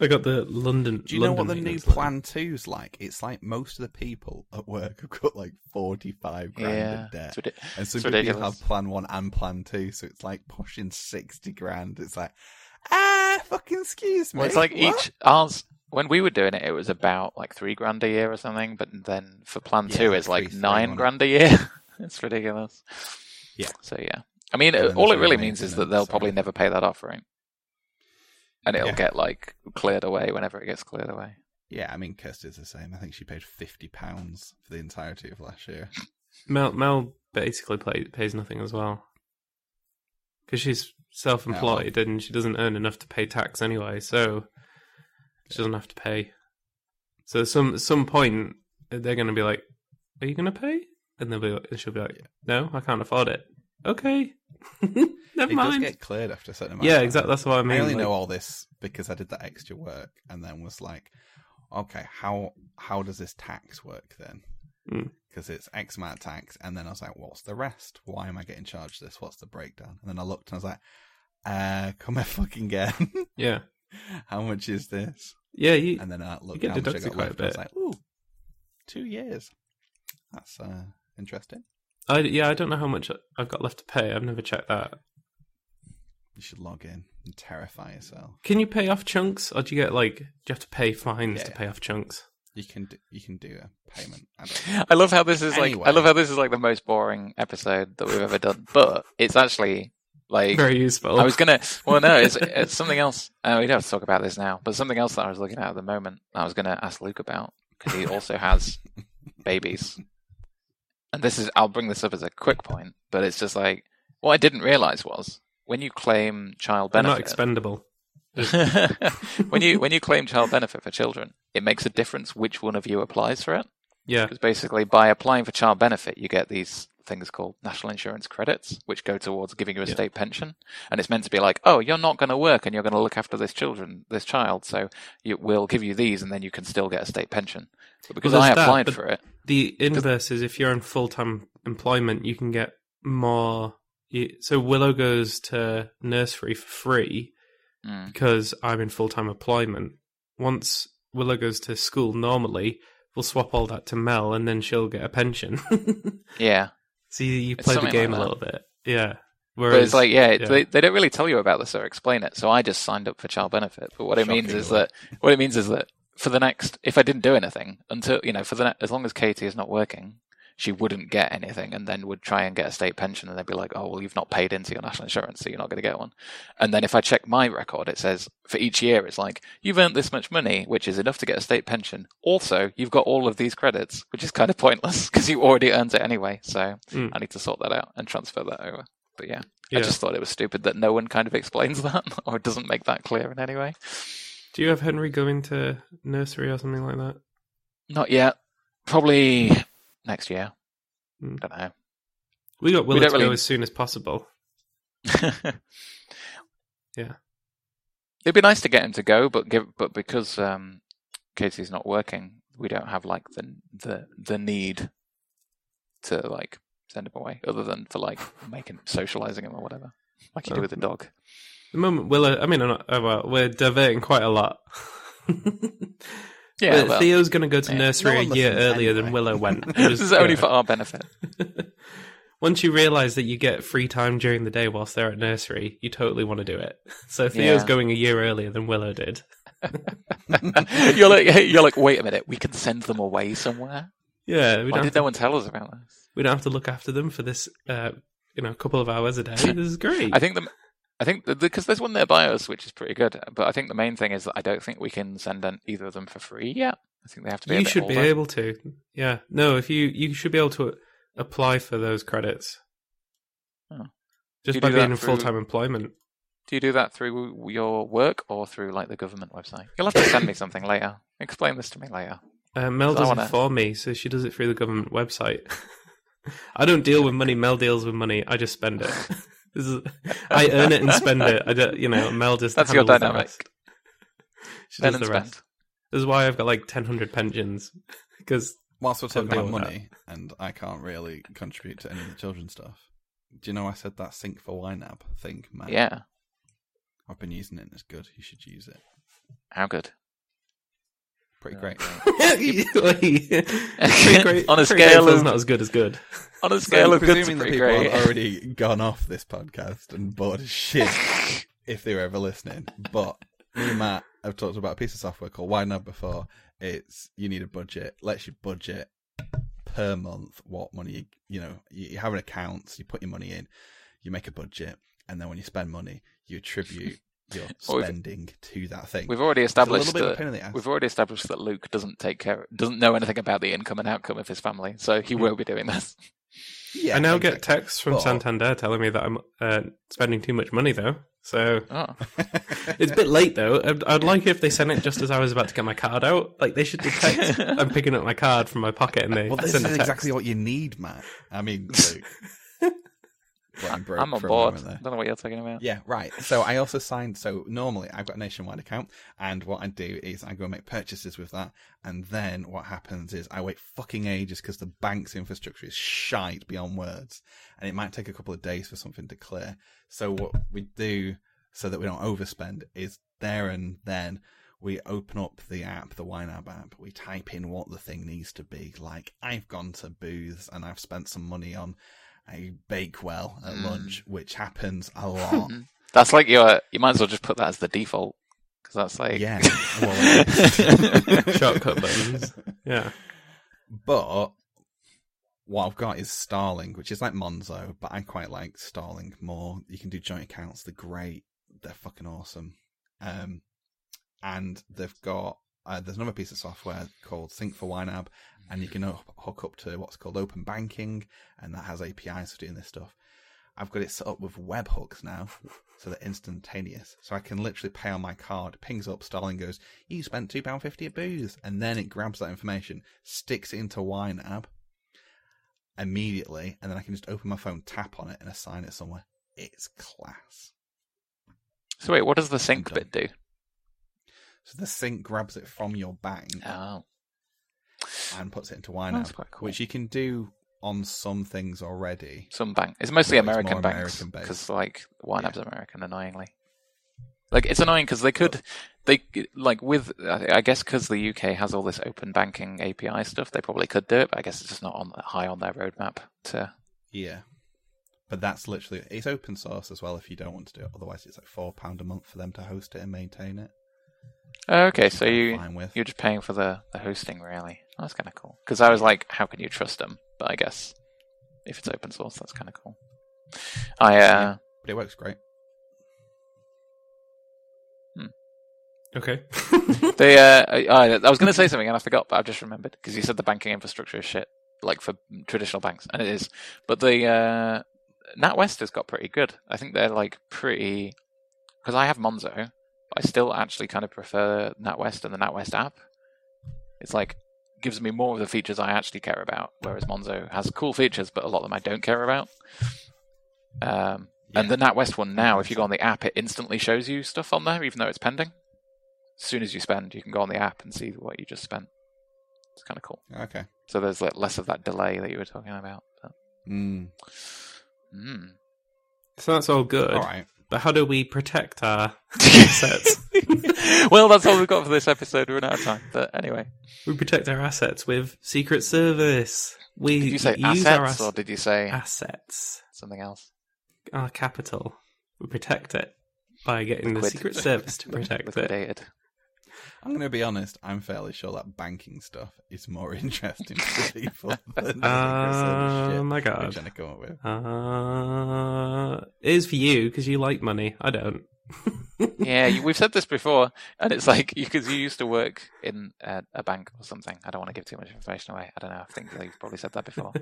Speaker 1: I got the London.
Speaker 2: Do you know
Speaker 1: London
Speaker 2: what the new
Speaker 1: maintenance loan.
Speaker 2: plan two's like? It's like most of the people at work have got like forty-five grand
Speaker 3: Yeah,
Speaker 2: in debt,
Speaker 3: it's ridic-
Speaker 2: and some
Speaker 3: it's
Speaker 2: people
Speaker 3: ridiculous.
Speaker 2: have plan one and plan two, so it's like pushing sixty grand. It's like, ah, fucking excuse me.
Speaker 3: Well, it's like
Speaker 2: what?
Speaker 3: each ours when we were doing it, it was about like three grand a year or something. But then for plan
Speaker 2: Yeah,
Speaker 3: two,
Speaker 2: like
Speaker 3: it's like
Speaker 2: three, three,
Speaker 3: nine
Speaker 2: one.
Speaker 3: grand a year. it's ridiculous.
Speaker 2: Yeah.
Speaker 3: So yeah, I mean,
Speaker 2: And
Speaker 3: uh,
Speaker 2: then
Speaker 3: all
Speaker 2: there's
Speaker 3: it really
Speaker 2: the
Speaker 3: means is that
Speaker 2: maintenance,
Speaker 3: they'll
Speaker 2: so-
Speaker 3: probably never pay that off, right? And it'll
Speaker 2: Yeah.
Speaker 3: get like cleared away whenever it gets cleared away.
Speaker 2: Yeah, I mean, Kirsty's the same. I think she paid fifty pounds for the entirety of last year.
Speaker 1: Mel Mel basically play, pays nothing as well because she's self-employed and she doesn't earn enough to pay tax anyway, so she doesn't have to pay. So at some at some point they're going to be like, "Are you going to pay?" And they'll be like, and she'll be like, "No, I can't afford it." Okay, never
Speaker 2: it does
Speaker 1: mind.
Speaker 2: get cleared after a certain amount.
Speaker 1: yeah,
Speaker 2: of time.
Speaker 1: exactly. That's what I mean.
Speaker 2: I only
Speaker 1: like-
Speaker 2: know all this because I did that extra work and then was like, okay, how how does this tax work then?
Speaker 1: Mm.
Speaker 2: Because it's X amount of tax, and then I was like, what's the rest? Why am I getting charged this? What's the breakdown? And then I looked and I was like, uh, come here fucking again.
Speaker 1: yeah,
Speaker 2: how much is this?
Speaker 1: yeah. You,
Speaker 2: And then I looked
Speaker 1: get
Speaker 2: how much I
Speaker 1: deducted
Speaker 2: got
Speaker 1: quite a
Speaker 2: left. and I was
Speaker 1: bit.
Speaker 2: like, ooh, two years. That's uh, interesting.
Speaker 1: I, yeah. I don't know how much I've got left to pay. I've never checked that.
Speaker 2: You should log in and terrify yourself.
Speaker 1: Can you pay off chunks, or do you get like do you have to pay fines
Speaker 2: Yeah,
Speaker 1: to
Speaker 2: yeah.
Speaker 1: pay off chunks?
Speaker 2: You can do, you can do a payment. I don't know.
Speaker 3: I love how this is like
Speaker 2: Anyway.
Speaker 3: I love how this is like the most boring episode that we've ever done, but it's actually like
Speaker 1: Very useful.
Speaker 3: I was gonna. Well, no, it's, it's something else. Uh, we don't have to talk about this now, but something else that I was looking at at the moment. I was gonna ask Luke about because he also has babies, and this is. I'll bring this up as a quick point, but it's just like what I didn't realize was when you claim child
Speaker 1: They're not
Speaker 3: benefit.
Speaker 1: expendable.
Speaker 3: when you when you claim child benefit for children, it makes a difference which one of you applies for it.
Speaker 1: Yeah,
Speaker 3: Because basically, by applying for child benefit, you get these things called national insurance credits, which go towards giving you a
Speaker 1: Yeah.
Speaker 3: state pension. And it's meant to be like, oh, you're not going to work and you're going to look after this children, this child, so you, we'll give you these, and then you can still get a state pension. But because
Speaker 1: Well,
Speaker 3: I
Speaker 1: there's that,
Speaker 3: applied
Speaker 1: but-
Speaker 3: for it,
Speaker 1: the inverse is if you're in full time employment, you can get more. You, so Willow goes to nursery for free
Speaker 3: mm,
Speaker 1: because I'm in full time employment. Once Willow goes to school normally, we'll swap all that to Mel, and then she'll get a pension.
Speaker 3: yeah.
Speaker 1: so you, you
Speaker 3: It's
Speaker 1: play the
Speaker 3: something
Speaker 1: game
Speaker 3: like
Speaker 1: a
Speaker 3: that.
Speaker 1: little bit. Yeah,
Speaker 3: But it's like, yeah, it-
Speaker 1: yeah.
Speaker 3: They, they don't really tell you about this or explain it. So I just signed up for child benefit. But what it means is
Speaker 2: Shockingly.
Speaker 3: that what it means is that for the next, if I didn't do anything until you know, for the ne- as long as Katie is not working, she wouldn't get anything, and then would try and get a state pension, and they'd be like, oh well, you've not paid into your national insurance, so you're not going to get one. And then if I check my record, it says for each year, it's like you've earned this much money, which is enough to get a state pension. Also, you've got all of these credits, which is kind of pointless because you already earned it anyway. So
Speaker 1: Mm.
Speaker 3: I need to sort that out and transfer that over. But yeah. I
Speaker 1: Yeah.
Speaker 3: just thought it was stupid that no one kind of explains that or doesn't make that clear in any way.
Speaker 1: do you have Henry going to nursery or something like that?
Speaker 3: Not yet. Probably next year.
Speaker 1: Hmm.
Speaker 3: don't know.
Speaker 1: We got Willow
Speaker 3: don't
Speaker 1: to go
Speaker 3: really-
Speaker 1: as soon as possible. Yeah.
Speaker 3: It'd be nice to get him to go, but give, but because um, Casey's not working, we don't have like the the the need to like send him away, other than for like making socializing him or whatever, like you do
Speaker 1: Oh.
Speaker 3: with a dog.
Speaker 1: The moment Willow, I mean, I'm not, oh, well, we're diverting quite a lot.
Speaker 3: Yeah,
Speaker 1: But
Speaker 3: well,
Speaker 1: Theo's going to go to
Speaker 3: yeah.
Speaker 1: nursery
Speaker 2: No
Speaker 1: a
Speaker 2: one
Speaker 1: year
Speaker 2: listens
Speaker 1: earlier than
Speaker 2: anyway.
Speaker 1: Willow went.
Speaker 3: this is only
Speaker 1: yeah.
Speaker 3: for our benefit.
Speaker 1: Once you realise that you get free time during the day whilst they're at nursery, you totally want to do it. So Theo's
Speaker 3: Yeah.
Speaker 1: going a year earlier than Willow did.
Speaker 3: you're like you're like, wait a minute, we can send them away somewhere.
Speaker 1: Yeah, we don't,
Speaker 3: Why
Speaker 1: have
Speaker 3: did
Speaker 1: to,
Speaker 3: no one tell us about this?
Speaker 1: we don't have to look after them for this, uh, you know, couple of hours a day. This is great.
Speaker 3: I think the I think because there's one nearby us which is pretty good, but I think the main thing is that I don't think we can send an, either of them for free yet. I think they have to be. a
Speaker 1: you
Speaker 3: bit
Speaker 1: should be
Speaker 3: older.
Speaker 1: able to. Yeah. No, if you you should be able to apply for those credits.
Speaker 3: Oh. Do
Speaker 1: Just
Speaker 3: you
Speaker 1: by
Speaker 3: do
Speaker 1: being
Speaker 3: that
Speaker 1: in full
Speaker 3: through-
Speaker 1: time employment.
Speaker 3: Do you do that through your work or through like the government website? You'll have to send me something later. Explain this to me later.
Speaker 1: Uh, Mel
Speaker 3: So I
Speaker 1: does
Speaker 3: wanna-
Speaker 1: it for me, so she does it through the government website. I don't deal with money. Mel deals with money. I just spend it. This is- I earn it and spend it. I don't, you know, Mel just
Speaker 3: That's your
Speaker 1: handles the
Speaker 3: dynamic.
Speaker 1: rest. She
Speaker 3: Then
Speaker 1: does
Speaker 3: and
Speaker 1: the
Speaker 3: spend.
Speaker 1: rest. This is why I've got like 1,000 pensions because
Speaker 2: Whilst we're talking
Speaker 1: Don't
Speaker 2: about
Speaker 1: deal with
Speaker 2: money, and I can't really contribute to any of the children's stuff. Do you know I said that sync for wine app thing, man?
Speaker 3: Yeah.
Speaker 2: I've been using it and it's good. You should use it.
Speaker 3: How good?
Speaker 2: Pretty
Speaker 3: Yeah.
Speaker 2: great.
Speaker 1: Pretty great-
Speaker 3: On a
Speaker 1: pretty
Speaker 3: scale
Speaker 1: great's
Speaker 3: of-
Speaker 1: not as good as good.
Speaker 3: On a scale
Speaker 2: So
Speaker 3: of good to
Speaker 2: presuming that
Speaker 3: pretty
Speaker 2: people
Speaker 3: great.
Speaker 2: have already gone off this podcast and bored as shit if they were ever listening. But me and Matt have talked about a piece of software called YNAB before. It's you need a budget, lets you budget per month what money you you know, you, you have an account, you put your money in, you make a budget, and then when you spend money, you attribute your
Speaker 3: Well, we've-
Speaker 2: spending to that thing.
Speaker 3: We've already
Speaker 2: It's a little
Speaker 3: established
Speaker 2: bit of a
Speaker 3: that
Speaker 2: pain in the ass.
Speaker 3: we've already established that Luke doesn't take care doesn't know anything about the income and outcome of his family, so
Speaker 2: Hmm.
Speaker 3: he won't be doing this.
Speaker 2: Yeah,
Speaker 1: I now
Speaker 2: exactly.
Speaker 1: get texts from
Speaker 2: But-
Speaker 1: Santander telling me that I'm uh, spending too much money, though. So
Speaker 3: Oh.
Speaker 1: it's a bit late, though. I'd, I'd like if they sent it just as I was about to get my card out. Like, they should detect I'm picking up my card from my pocket and they
Speaker 2: Well, this is
Speaker 1: send a text.
Speaker 2: exactly what you need, Matt. I mean, Luke. Brain broke
Speaker 3: I'm on
Speaker 2: for a
Speaker 3: board.
Speaker 2: moment there.
Speaker 3: don't know what you're talking about.
Speaker 2: Yeah, right. So I also signed. So normally I've got a nationwide account, and what I do is I go and make purchases with that, and then what happens is I wait fucking ages because the bank's infrastructure is shite beyond words, and it might take a couple of days for something to clear. So what we do so that we don't overspend is there and then we open up the app, the YNAB app. We type in what the thing needs to be. Like I've gone to booths and I've spent some money on a bake well at
Speaker 3: Mm.
Speaker 2: lunch, which happens a lot.
Speaker 3: That's like your you might as well just put that as the default because that's like
Speaker 2: Yeah. Well,
Speaker 1: Shortcut buttons. Yeah.
Speaker 2: But what I've got is Starling, which is like Monzo, but I quite like Starling more. You can do joint accounts. They're great. They're fucking awesome. Um, and they've got uh, there's another piece of software called Sync for YNAB, and you can hook hook up to what's called open banking, and that has APIs for doing this stuff. I've got it set up with webhooks now, so they're instantaneous. So I can literally pay on my card, pings up, Starling goes, you spent two pound fifty at booze, and then it grabs that information, sticks it into Wine app immediately, and then I can just open my phone, tap on it, and assign it somewhere. It's class.
Speaker 3: So wait, what does the sync
Speaker 2: I'm done.
Speaker 3: bit do?
Speaker 2: So the sync grabs it from your bank
Speaker 3: Oh,
Speaker 2: and puts it into Wine
Speaker 3: That's
Speaker 2: app,
Speaker 3: quite cool.
Speaker 2: which you can do on some things already.
Speaker 3: some bank. It's mostly
Speaker 2: Yeah, it's
Speaker 3: American
Speaker 2: more
Speaker 3: banks
Speaker 2: American-based.
Speaker 3: because like YNAB's American, annoyingly. Like it's annoying because they could, they like with I I guess because the UK has all this open banking API stuff, they probably could do it. But I guess it's just not on high on their roadmap to
Speaker 2: Yeah. But that's literally it's open source as well if you don't want to do it. Otherwise it's like four pound a month for them to host it and maintain it.
Speaker 3: Oh, okay,
Speaker 2: Which
Speaker 3: so
Speaker 2: I'm
Speaker 3: you
Speaker 2: fine with.
Speaker 3: you're just paying for the the hosting, really? Oh, That's kind of cool. Because I was like, how can you trust them? But I guess if it's open source, that's kind of cool. I uh,
Speaker 2: But it works great.
Speaker 1: Okay.
Speaker 3: they uh, I, I I was going to say something and I forgot, but I've just remembered because you said the banking infrastructure is shit, like for traditional banks, and it is. But the uh, NatWest has got pretty good. I think they're like pretty because I have Monzo. I still actually kind of prefer NatWest and the NatWest app. It's like gives me more of the features I actually care about, whereas Monzo has cool features but a lot of them I don't care about. Um, And
Speaker 2: Yeah.
Speaker 3: the NatWest one now, if you go on the app, it instantly shows you stuff on there, even though it's pending. As soon as you spend, you can go on the app and see what you just spent. It's kind of cool.
Speaker 2: Okay.
Speaker 3: So there's like less of that delay that you were talking about. But,
Speaker 2: Mm.
Speaker 3: mm.
Speaker 1: so that's all good.
Speaker 2: All right.
Speaker 1: But how do we protect our assets?
Speaker 3: well, that's all we've got for this episode. We're out of time. But anyway,
Speaker 1: we protect our assets with Secret Service. We
Speaker 3: did you say
Speaker 1: use our ass-
Speaker 3: assets or did you say
Speaker 1: assets,
Speaker 3: something else?
Speaker 1: our capital. We protect it by getting the
Speaker 3: Liquid.
Speaker 1: Secret Service to protect it.
Speaker 3: Liquidated.
Speaker 2: I'm going to be honest. I'm fairly sure that banking stuff is more interesting to people than the
Speaker 1: Oh
Speaker 2: Secret Service shit
Speaker 1: my
Speaker 2: we're
Speaker 1: god.
Speaker 2: trying to come up with.
Speaker 1: Uh, It is for you because you like money. I don't.
Speaker 3: yeah, you- we've said this before, and it's like because you used to work in a, a bank or something. I don't want to give too much information away. I don't know. I think you've probably said that before.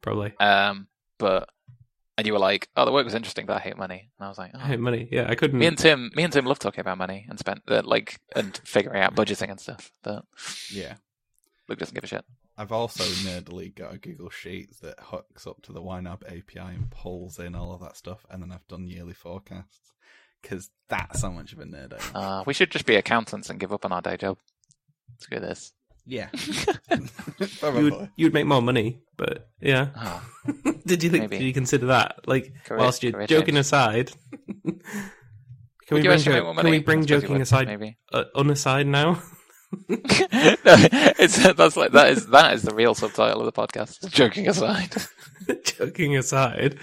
Speaker 1: Probably.
Speaker 3: Um, but and you were like, "Oh, the work was interesting, but I hate money." And I was like,
Speaker 1: I
Speaker 3: oh.
Speaker 1: hate money. Yeah, I couldn't.
Speaker 3: "Me and Tim, me and Tim love talking about money and spent uh, like and figuring out budgeting and stuff." But
Speaker 2: Yeah.
Speaker 3: Luke doesn't give a shit.
Speaker 2: I've also nerdily got a Google Sheet that hooks up to the YNAB API and pulls in all of that stuff, and then I've done yearly forecasts because that's how much of a nerd I am.
Speaker 3: Uh, we should just be accountants and give up on our day job. Screw this.
Speaker 2: yeah,
Speaker 1: you
Speaker 2: probably.
Speaker 1: would, you would make more money, but yeah.
Speaker 3: Oh,
Speaker 1: did you think?
Speaker 3: Maybe.
Speaker 1: Did you consider that? Like,
Speaker 3: Career-
Speaker 1: whilst you're
Speaker 3: career
Speaker 1: joking
Speaker 3: change.
Speaker 1: aside, can
Speaker 3: would
Speaker 1: we
Speaker 3: you
Speaker 1: bring,
Speaker 3: actually make
Speaker 1: jo-
Speaker 3: more
Speaker 1: can
Speaker 3: money?
Speaker 1: we
Speaker 3: I
Speaker 1: bring
Speaker 3: suppose you
Speaker 1: joking
Speaker 3: would,
Speaker 1: aside
Speaker 3: Maybe.
Speaker 1: uh, unaside now?
Speaker 3: no, it's that's like that is that is the real subtitle of the podcast. Joking aside,
Speaker 1: joking aside,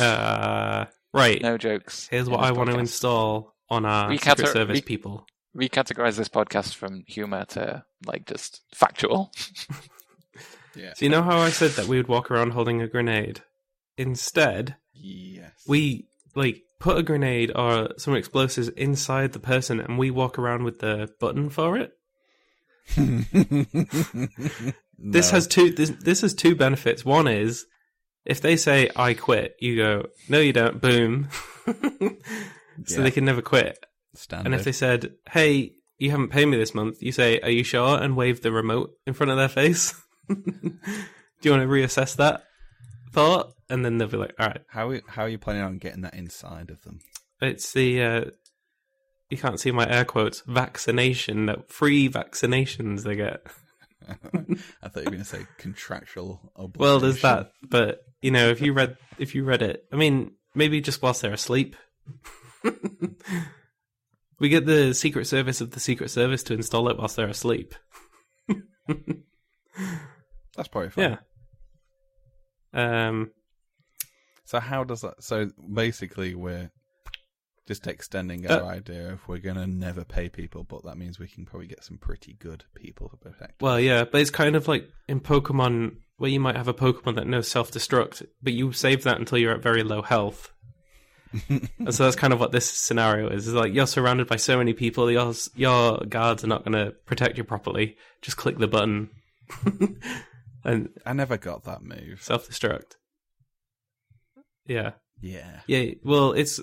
Speaker 1: uh, right?
Speaker 3: no jokes.
Speaker 1: Here's
Speaker 3: in
Speaker 1: what
Speaker 3: this
Speaker 1: I want to
Speaker 3: podcast.
Speaker 1: install on our
Speaker 3: We
Speaker 1: secret
Speaker 3: cater-
Speaker 1: service
Speaker 3: we-
Speaker 1: people.
Speaker 3: Recategorize this podcast from humor to like just factual.
Speaker 2: Yeah.
Speaker 1: So you know how I said that we would walk around holding a grenade? Instead,
Speaker 2: Yes.
Speaker 1: we like put a grenade or some explosives inside the person, and we walk around with the button for it. This
Speaker 2: No.
Speaker 1: has two. This this has two benefits. One is if they say "I quit," you go, "No, you don't." Boom. so
Speaker 2: Yeah.
Speaker 1: they can never quit.
Speaker 2: standard.
Speaker 1: And if they said, "Hey, you haven't paid me this month," you say, "Are you sure?" and wave the remote in front of their face. Do you want to reassess that thought? And then they'll be like, "All right,
Speaker 2: how are- how are you planning on getting that inside of them?
Speaker 1: it's the uh, you can't see my air quotes vaccination that free vaccinations they get."
Speaker 2: I thought you were going to say contractual. Obligation.
Speaker 1: Well, there's that, but you know, if you read if you read it, I mean, maybe just whilst they're asleep. we get the Secret Service of the Secret Service to install it whilst they're asleep.
Speaker 2: That's probably fine.
Speaker 1: Yeah. Um.
Speaker 2: So how does that? So basically, we're just extending
Speaker 1: Uh,
Speaker 2: our idea of we're gonna never pay people, but that means we can probably get some pretty good people to protect.
Speaker 1: Well, yeah, but it's kind of like in Pokemon where you might have a Pokemon that knows self destruct, but you save that until you're at very low health. and so that's kind of what this scenario is. It's like you're surrounded by so many people, your your guards are not going to protect you properly. Just click the button and
Speaker 2: I never got that move.
Speaker 1: self destruct. Yeah.
Speaker 2: Yeah,
Speaker 1: Yeah, well, it's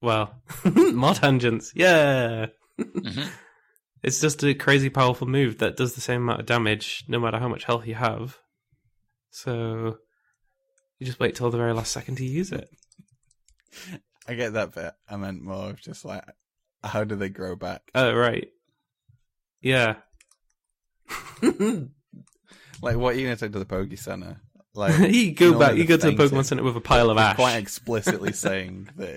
Speaker 1: well, more tangents. Yeah.
Speaker 3: Mhm.
Speaker 1: It's just a crazy powerful move that does the same amount of damage no matter how much health you have. So you just wait till the very last second to use it.
Speaker 2: I get that bit. I meant more of just like, how do they grow back?
Speaker 1: Oh right. Yeah.
Speaker 2: Like, what are you gonna take to the Poke Center? Like,
Speaker 1: you go
Speaker 2: Normally
Speaker 1: back you
Speaker 2: the
Speaker 1: go to the
Speaker 2: fainting.
Speaker 1: Pokemon Center with a pile of ash.
Speaker 2: quite explicitly saying that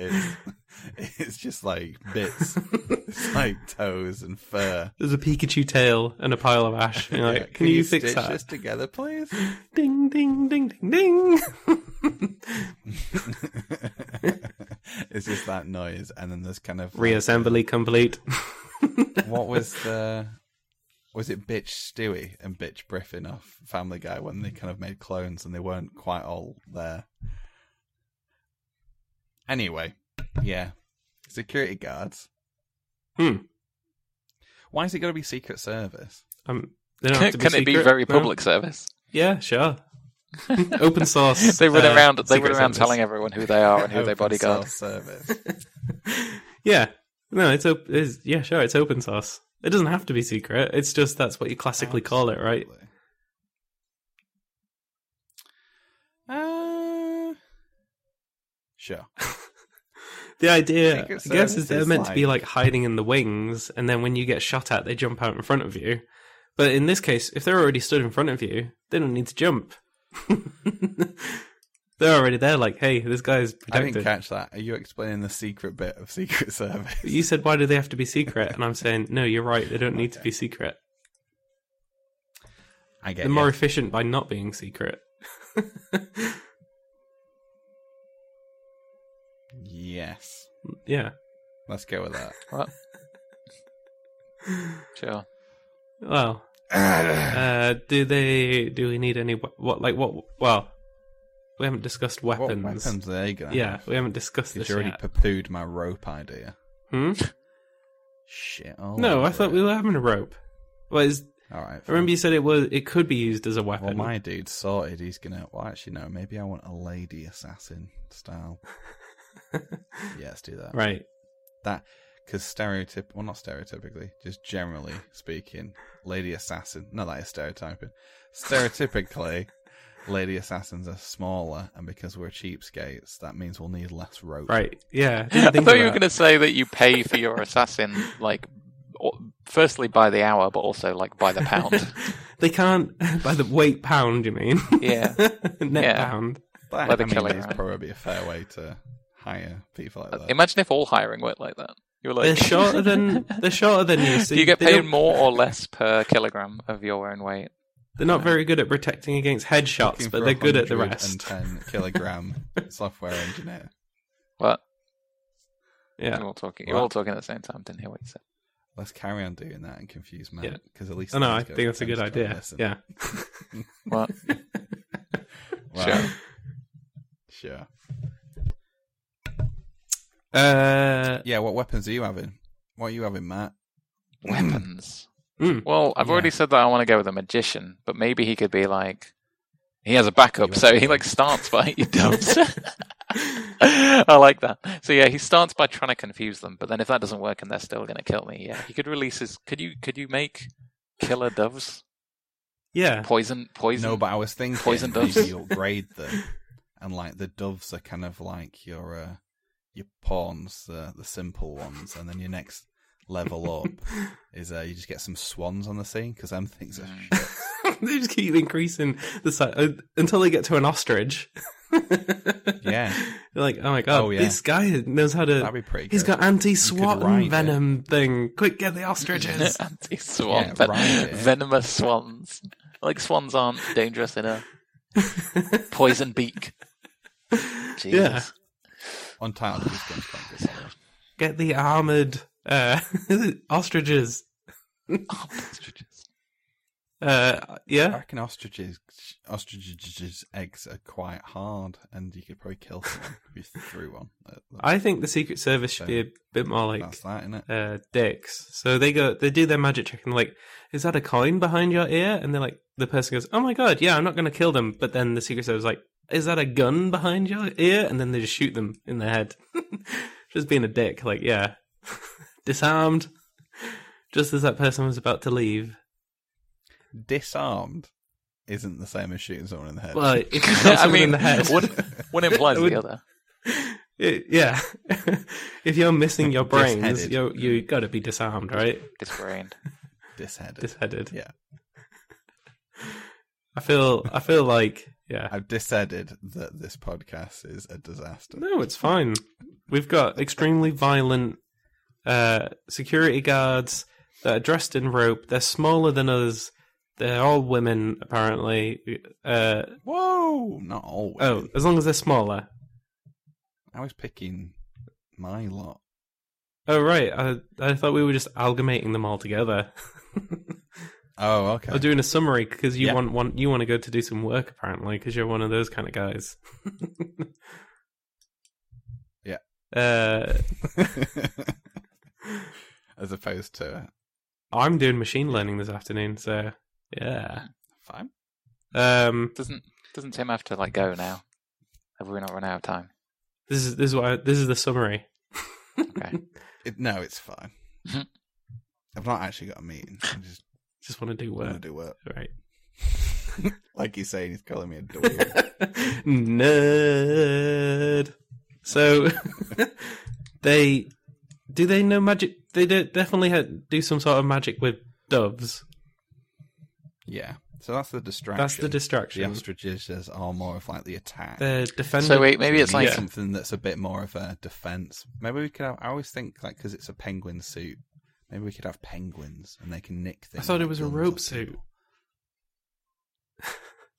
Speaker 2: it's it's just like bits, it's like toes and fur.
Speaker 1: There's a Pikachu tail and a pile of ash. You're like,
Speaker 2: Yeah,
Speaker 1: can, you, fix
Speaker 2: stitch
Speaker 1: that?
Speaker 2: this together, please?
Speaker 1: Ding ding ding ding ding.
Speaker 2: it's just that noise, and then there's kind of like,
Speaker 1: Reassembly complete.
Speaker 2: what was the was it bitch Stewie and bitch Briffin off Family Guy when they kind of made clones and they weren't quite all there. Anyway, yeah, security guards.
Speaker 1: Hmm.
Speaker 2: Why is it got to be Secret Service?
Speaker 1: Um, they don't
Speaker 3: Can,
Speaker 1: have to be
Speaker 3: can it be
Speaker 1: secret,
Speaker 3: very
Speaker 1: no?
Speaker 3: public service?
Speaker 1: Yeah, sure. Open source.
Speaker 3: They run
Speaker 1: uh,
Speaker 3: around. They
Speaker 1: secret
Speaker 3: run around
Speaker 1: service.
Speaker 3: telling everyone who they are and who their
Speaker 2: Open
Speaker 3: bodyguard.
Speaker 2: source service.
Speaker 1: Yeah, no, it's op- it's yeah, sure, it's open source. It doesn't have to be secret. It's just that's what you classically call it, right?
Speaker 2: Absolutely. Uh, sure.
Speaker 1: The idea,
Speaker 2: Secret
Speaker 1: I guess, is
Speaker 2: service
Speaker 1: they're
Speaker 2: is
Speaker 1: meant to be like hiding in the wings, and then when you get shot at, they jump out in front of you. But in this case, if they're already stood in front of you, they don't need to jump. they're already there. Like, hey, this guy's
Speaker 2: I
Speaker 1: protected.
Speaker 2: didn't catch that. Are you explaining the secret bit of Secret Service?
Speaker 1: You said, why do they have to be secret? And I'm saying, no, you're right. They don't need to be secret.
Speaker 2: I get
Speaker 1: They're more efficient by not being secret.
Speaker 2: Yes.
Speaker 1: Yeah.
Speaker 2: Let's go with that.
Speaker 3: Sure.
Speaker 1: Well, uh, do they? Do we need any? What? Like what? Well, we haven't discussed
Speaker 2: What
Speaker 1: weapons.
Speaker 2: weapons are they going to
Speaker 1: Yeah, we haven't discussed this
Speaker 2: Because you already
Speaker 1: yet.
Speaker 2: poo-pooed my rope idea.
Speaker 1: Hmm?
Speaker 2: Shit.
Speaker 3: Oh,
Speaker 2: all
Speaker 1: No, I
Speaker 2: over
Speaker 1: thought
Speaker 2: it.
Speaker 1: we were having a rope. Well, is,
Speaker 2: All right.
Speaker 1: I remember you said it was it could be used
Speaker 3: Oh,
Speaker 1: as a
Speaker 2: fine. Well,
Speaker 1: weapon.
Speaker 2: my dude's sorted. He's going to... Well, actually, no. Maybe I want a lady assassin style. yeah, let's do that.
Speaker 1: Right.
Speaker 2: Because stereotyp... Well, not stereotypically. Just generally speaking, lady assassin... No, that is stereotyping. Stereotypically... Lady assassins are smaller, and because we're cheapskates, that means we'll need less rope.
Speaker 1: Right. Yeah. didn't
Speaker 3: I
Speaker 1: think
Speaker 3: thought
Speaker 1: of
Speaker 3: you were
Speaker 1: that.
Speaker 3: going to say that you pay for your assassin, like, o- firstly by the hour, but also like by the pound.
Speaker 1: they can't by the weight pound. You mean?
Speaker 3: Yeah.
Speaker 1: Net
Speaker 3: Yeah.
Speaker 1: pound.
Speaker 2: But,
Speaker 3: Leather
Speaker 2: I mean,
Speaker 3: killing,
Speaker 2: that's
Speaker 3: right?
Speaker 2: probably a fair way to hire people
Speaker 1: Uh,
Speaker 2: like that.
Speaker 3: Imagine if all hiring worked like that. You're like
Speaker 1: They're shorter than they're shorter than you. So
Speaker 3: Do you get
Speaker 1: they
Speaker 3: paid
Speaker 1: don't-
Speaker 3: more or less per kilogram of your own weight?
Speaker 1: They're not very good at protecting against headshots,
Speaker 2: Looking
Speaker 1: but
Speaker 2: for
Speaker 1: they're good at the
Speaker 2: 110
Speaker 1: rest.
Speaker 2: kilogram software engineer.
Speaker 3: What?
Speaker 1: Yeah.
Speaker 3: You're all talking. You're
Speaker 2: What?
Speaker 3: all talking at the same time. Didn't hear what you said.
Speaker 2: Let's carry on doing that and confuse Matt
Speaker 1: Yeah.
Speaker 2: because at least.
Speaker 1: Oh no,
Speaker 2: he's
Speaker 1: I
Speaker 2: got
Speaker 1: think that's a good
Speaker 2: time to
Speaker 1: idea.
Speaker 2: listen.
Speaker 1: Yeah.
Speaker 3: What?
Speaker 2: Wow. Sure.
Speaker 1: Uh,
Speaker 2: Yeah. What weapons are you having? What are you having, Matt?
Speaker 3: Weapons.
Speaker 2: Hmm.
Speaker 1: Mm.
Speaker 3: Well, I've already said that I want to go with a magician, but maybe he could be like he has a backup,
Speaker 2: You
Speaker 3: so
Speaker 2: want
Speaker 3: he
Speaker 2: to-
Speaker 3: like starts by you don't.
Speaker 2: Uh,
Speaker 3: I like that. So yeah, he starts by trying to confuse them, but then if that doesn't work and they're still going to kill me, yeah, he could release his. Could you could you make killer doves
Speaker 1: yeah.
Speaker 3: poison poison?
Speaker 2: No, but I was thinking
Speaker 3: Poison doves.
Speaker 2: maybe you upgrade them, and like the doves are kind of like your uh, your pawns, the the simple ones, and then your next level up is uh, you just get some swans on the scene because them things are.
Speaker 3: Mm.
Speaker 2: shit.
Speaker 1: they just keep increasing the size uh, until they get to an ostrich.
Speaker 2: Yeah.
Speaker 1: They're like, oh my god,
Speaker 2: Oh, yeah.
Speaker 1: this guy knows how to.
Speaker 2: That'd be pretty. good.
Speaker 1: He's got anti-swat
Speaker 2: You could ride it.
Speaker 1: and venom thing. Quick, get the ostriches.
Speaker 3: Anti-swan,
Speaker 2: Yeah,
Speaker 3: ven-
Speaker 2: right.
Speaker 3: venomous swans. Like swans aren't dangerous in a poison beak. Jesus.
Speaker 2: Untitled Goose Game's quite good. by the way.
Speaker 1: get the armored uh, ostriches.
Speaker 3: Oh, ostriches.
Speaker 1: Uh,
Speaker 2: I
Speaker 1: yeah,
Speaker 2: reckon ostriches, ostriches' eggs are quite hard, and you could probably kill someone if you threw one. Uh, That- that's-
Speaker 1: I think the Secret Service should be a bit more like
Speaker 2: that's that, isn't it?
Speaker 1: uh, dicks. So they go, they do their magic check, and they're like, "Is that a coin behind your ear?" And they're like, the person goes, "Oh my god, yeah, I'm not going to kill them." But then the secret service is like, "Is that a gun behind your ear?" And then they just shoot them in the head, just being a dick. Like, yeah, disarmed. Just as that person was about to leave.
Speaker 2: Disarmed isn't the same as shooting someone in the head.
Speaker 1: Well, if you shot someone
Speaker 3: I mean,
Speaker 1: in the head,
Speaker 3: one, one implies
Speaker 1: Would-
Speaker 3: the other.
Speaker 1: y- yeah. if you're missing your brains,
Speaker 2: Disheaded.
Speaker 1: you you got to be disarmed, right?
Speaker 3: Disbrained.
Speaker 2: disheaded.
Speaker 1: Disheaded.
Speaker 2: Yeah.
Speaker 1: I feel. I feel like. Yeah.
Speaker 2: I've disheaded that this podcast is a disaster.
Speaker 1: No, it's fine. We've got extremely violent uh, security guards that are dressed in rope. They're smaller than us. They're all women, apparently. Uh,
Speaker 2: Whoa! Not all.
Speaker 1: oh,
Speaker 2: Women.
Speaker 1: as long as they're smaller.
Speaker 2: I was picking my lot.
Speaker 1: Oh, right. I, I thought we were just amalgamating them all together.
Speaker 2: Oh, okay.
Speaker 1: Or doing a summary because you
Speaker 2: Yeah.
Speaker 1: want, want you want to go to do some work apparently because you're one of those kind of guys.
Speaker 2: Yeah.
Speaker 1: Uh,
Speaker 2: As opposed to
Speaker 1: I'm doing machine learning this afternoon, so yeah.
Speaker 2: fine.
Speaker 1: Um,
Speaker 3: Doesn't doesn't Tim have to like go now? Have we not run out of time?
Speaker 1: This is this is what I, this is the summary.
Speaker 3: Okay.
Speaker 2: It, no, it's fine.
Speaker 1: Mm-hmm.
Speaker 3: Mhm.
Speaker 2: I've not actually got a meeting. I just
Speaker 1: Just want to do
Speaker 2: want to
Speaker 1: work,
Speaker 2: do work.
Speaker 1: right?
Speaker 2: Like he's saying, he's calling me a dweeb.
Speaker 1: Nerd. So they do they know magic? They do, definitely ha do some sort of magic with doves.
Speaker 2: yeah. So that's the distraction.
Speaker 1: That's the
Speaker 2: The
Speaker 1: distraction.
Speaker 2: ostriches is- are more of like the attack.
Speaker 1: They're defending.
Speaker 3: So wait, maybe it's
Speaker 2: We need
Speaker 3: like
Speaker 1: Yeah.
Speaker 2: something that's a bit more of a defense. Maybe we could have. I always think like because it's a penguin suit. Maybe we could have penguins and they can
Speaker 1: I
Speaker 2: nick things.
Speaker 1: thought it
Speaker 2: like
Speaker 1: was a
Speaker 2: guns
Speaker 1: rope
Speaker 2: off
Speaker 1: suit.
Speaker 2: people.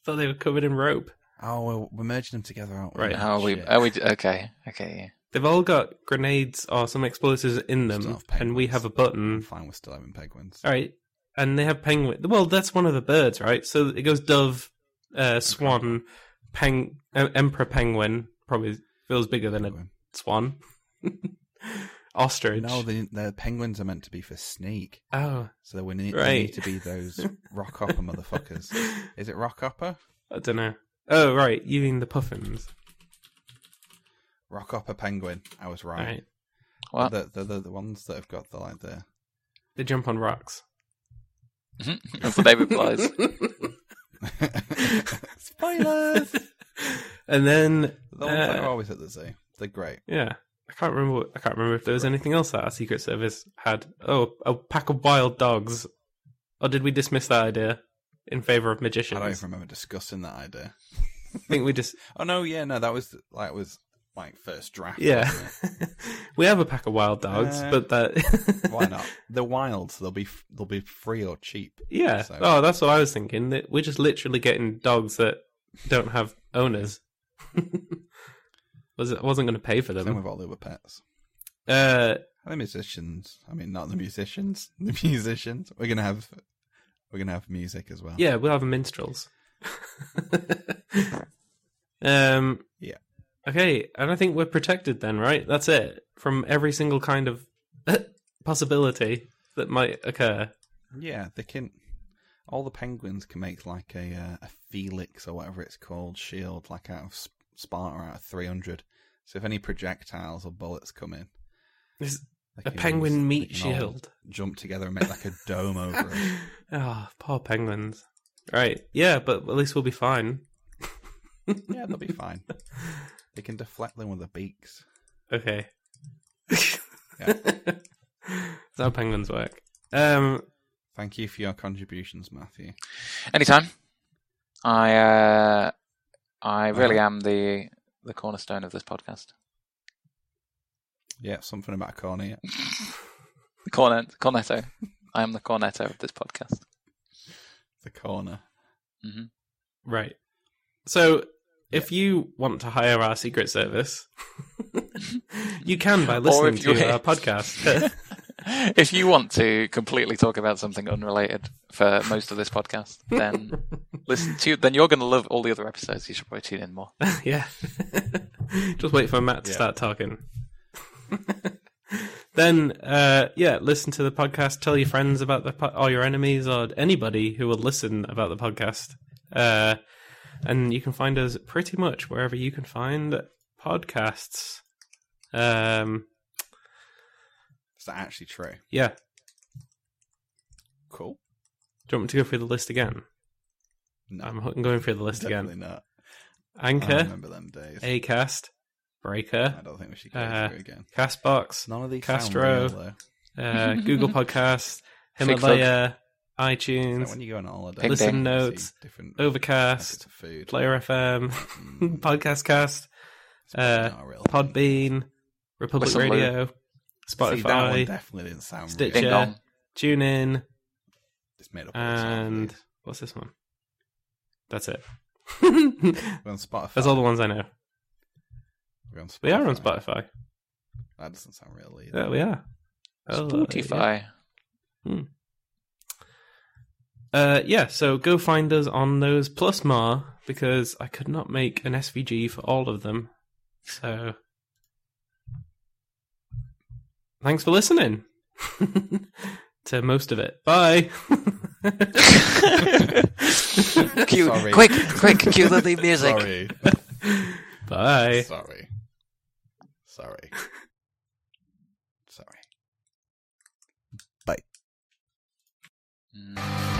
Speaker 1: thought they were covered in rope.
Speaker 2: Oh, well, we're merging them together, aren't we?
Speaker 1: Right.
Speaker 3: how we
Speaker 2: Shit.
Speaker 3: are we okay okay
Speaker 1: They've all got grenades or some explosives in
Speaker 2: Still
Speaker 1: them,
Speaker 2: have
Speaker 1: and we
Speaker 2: penguins.
Speaker 1: have a button.
Speaker 2: Fine, we're still having penguins.
Speaker 1: All right, and they have penguin. Well, that's one of the birds, right? So it goes dove, uh, swan, Peng Em- Emperor Penguin probably feels bigger than a swan. Ostrich.
Speaker 2: No, the, the penguins are meant to be for snake,
Speaker 1: oh,
Speaker 2: so we need, they
Speaker 1: Right.
Speaker 2: need to be those rock hopper motherfuckers. Is it rock hopper?
Speaker 1: I don't know. Oh, right. You mean the puffins?
Speaker 2: Rock hopper penguin. I was right.
Speaker 1: Right.
Speaker 3: What?
Speaker 2: The, the, the, the ones that have got the like the
Speaker 1: They jump on rocks.
Speaker 3: That's what David replies.
Speaker 2: spoilers.
Speaker 1: and then
Speaker 2: The ones that
Speaker 1: Uh,
Speaker 2: are always at the zoo. They're great.
Speaker 1: yeah, I can't remember. I can't remember if there was anything else that our Secret Service had. Oh, a pack of wild dogs. Or did we dismiss that idea in favor of
Speaker 2: I
Speaker 1: magicians?
Speaker 2: don't even remember discussing that idea.
Speaker 1: I think we just
Speaker 2: Oh no, yeah, no, that was like was like first draft.
Speaker 1: yeah.
Speaker 2: wasn't
Speaker 1: we have a pack of wild dogs,
Speaker 2: Uh,
Speaker 1: but that
Speaker 2: it? Why not? They're wild, so they'll be f- they'll be free or cheap.
Speaker 1: yeah.
Speaker 2: So-
Speaker 1: Oh, that's what I was thinking. That we're just literally getting dogs that don't have owners. was I wasn't going to pay for
Speaker 2: Same
Speaker 1: them.
Speaker 2: with all the other pets.
Speaker 1: Uh,
Speaker 2: And the musicians. I mean, not the musicians. The musicians. We're gonna have we're gonna have music as well.
Speaker 1: Yeah, we'll have minstrels. um.
Speaker 2: Yeah.
Speaker 1: Okay, and I think we're protected then, right? That's it from every single kind of possibility that might occur.
Speaker 2: yeah. They can. All the penguins can make like a uh, a Felix or whatever it's called shield, like out of Sp- Sparta out of three hundred. So if any projectiles or bullets come in,
Speaker 1: There's
Speaker 2: they
Speaker 1: a
Speaker 2: can
Speaker 1: penguin
Speaker 2: use-
Speaker 1: meat
Speaker 2: they can all
Speaker 1: shield.
Speaker 2: Jump together and make like a dome over it.
Speaker 1: Ah, poor penguins. Right. Yeah, but at least we'll be fine.
Speaker 2: Yeah, they'll be fine. They can deflect them with their beaks.
Speaker 1: Okay.
Speaker 2: Yeah.
Speaker 1: That's how penguins work. Um.
Speaker 2: Thank you for your contributions, Matthew.
Speaker 3: Anytime. I uh, I really am the the cornerstone of this podcast.
Speaker 2: Yeah, something about corny.
Speaker 3: The cornet, cornetto. I am the cornetto of this podcast.
Speaker 2: The corner.
Speaker 1: Right. So, if you want to hire our secret service, you can by listening
Speaker 3: if you
Speaker 1: to our
Speaker 3: hate-
Speaker 1: podcast.
Speaker 3: if you want to completely talk about something unrelated for most of this podcast, then listen to then you're going to love all the other episodes. You should probably tune in more.
Speaker 1: yeah. Just wait for Matt to
Speaker 2: Yeah.
Speaker 1: start talking. then, uh, yeah, listen to the podcast. Tell your friends about the po- or your enemies or anybody who will listen about the podcast. Uh, and you can find us pretty much wherever you can find podcasts. Um,
Speaker 2: Is that actually true?
Speaker 1: yeah.
Speaker 2: Cool.
Speaker 1: Do you want me to go through the list again?
Speaker 2: No,
Speaker 1: I'm ho- going through the list
Speaker 2: definitely
Speaker 1: again.
Speaker 2: not. I
Speaker 1: Anchor,
Speaker 2: remember them days. I
Speaker 1: Acast, Breaker,
Speaker 2: don't think we should go
Speaker 1: Uh,
Speaker 2: through it again.
Speaker 1: Castbox,
Speaker 2: None of these
Speaker 1: Castro.
Speaker 2: sound real, though.
Speaker 1: uh, Google Podcasts,
Speaker 3: Fig Fug.
Speaker 1: Himalaya,
Speaker 2: It's like when
Speaker 1: iTunes,
Speaker 2: you go on holiday,
Speaker 3: Ping
Speaker 2: you
Speaker 1: Listen
Speaker 2: see
Speaker 1: Notes,
Speaker 2: different packets
Speaker 1: Overcast,
Speaker 2: of food.
Speaker 1: Player FM,
Speaker 2: Mm,
Speaker 1: Podcast Cast,
Speaker 2: it's probably
Speaker 1: uh,
Speaker 2: not a real thing.
Speaker 1: Podbean, Republic
Speaker 3: Whistle
Speaker 1: Radio,
Speaker 2: See, that one
Speaker 1: Spotify,
Speaker 2: definitely didn't sound
Speaker 1: Stitcher.
Speaker 3: Ding
Speaker 2: real.
Speaker 1: Yeah.
Speaker 3: dong.
Speaker 1: TuneIn.
Speaker 2: It's made up. all the time,
Speaker 1: And-
Speaker 2: please.
Speaker 1: What's this one? That's it.
Speaker 2: we're on Spotify.
Speaker 1: That's all the ones I know.
Speaker 2: We're on Spotify.
Speaker 1: We are on Spotify.
Speaker 2: That doesn't sound real either.
Speaker 1: Yeah, we are. Oh, uh, yeah.
Speaker 3: Spotify.
Speaker 1: Uh, yeah, so go find us on those plus more because I could not make an SVG for all of them. So thanks for listening to most of it. Bye.
Speaker 3: Cue,
Speaker 2: Sorry.
Speaker 3: quick, quick, cue the theme music.
Speaker 2: Sorry.
Speaker 1: Bye.
Speaker 2: Sorry. Sorry. Sorry.
Speaker 3: Mm.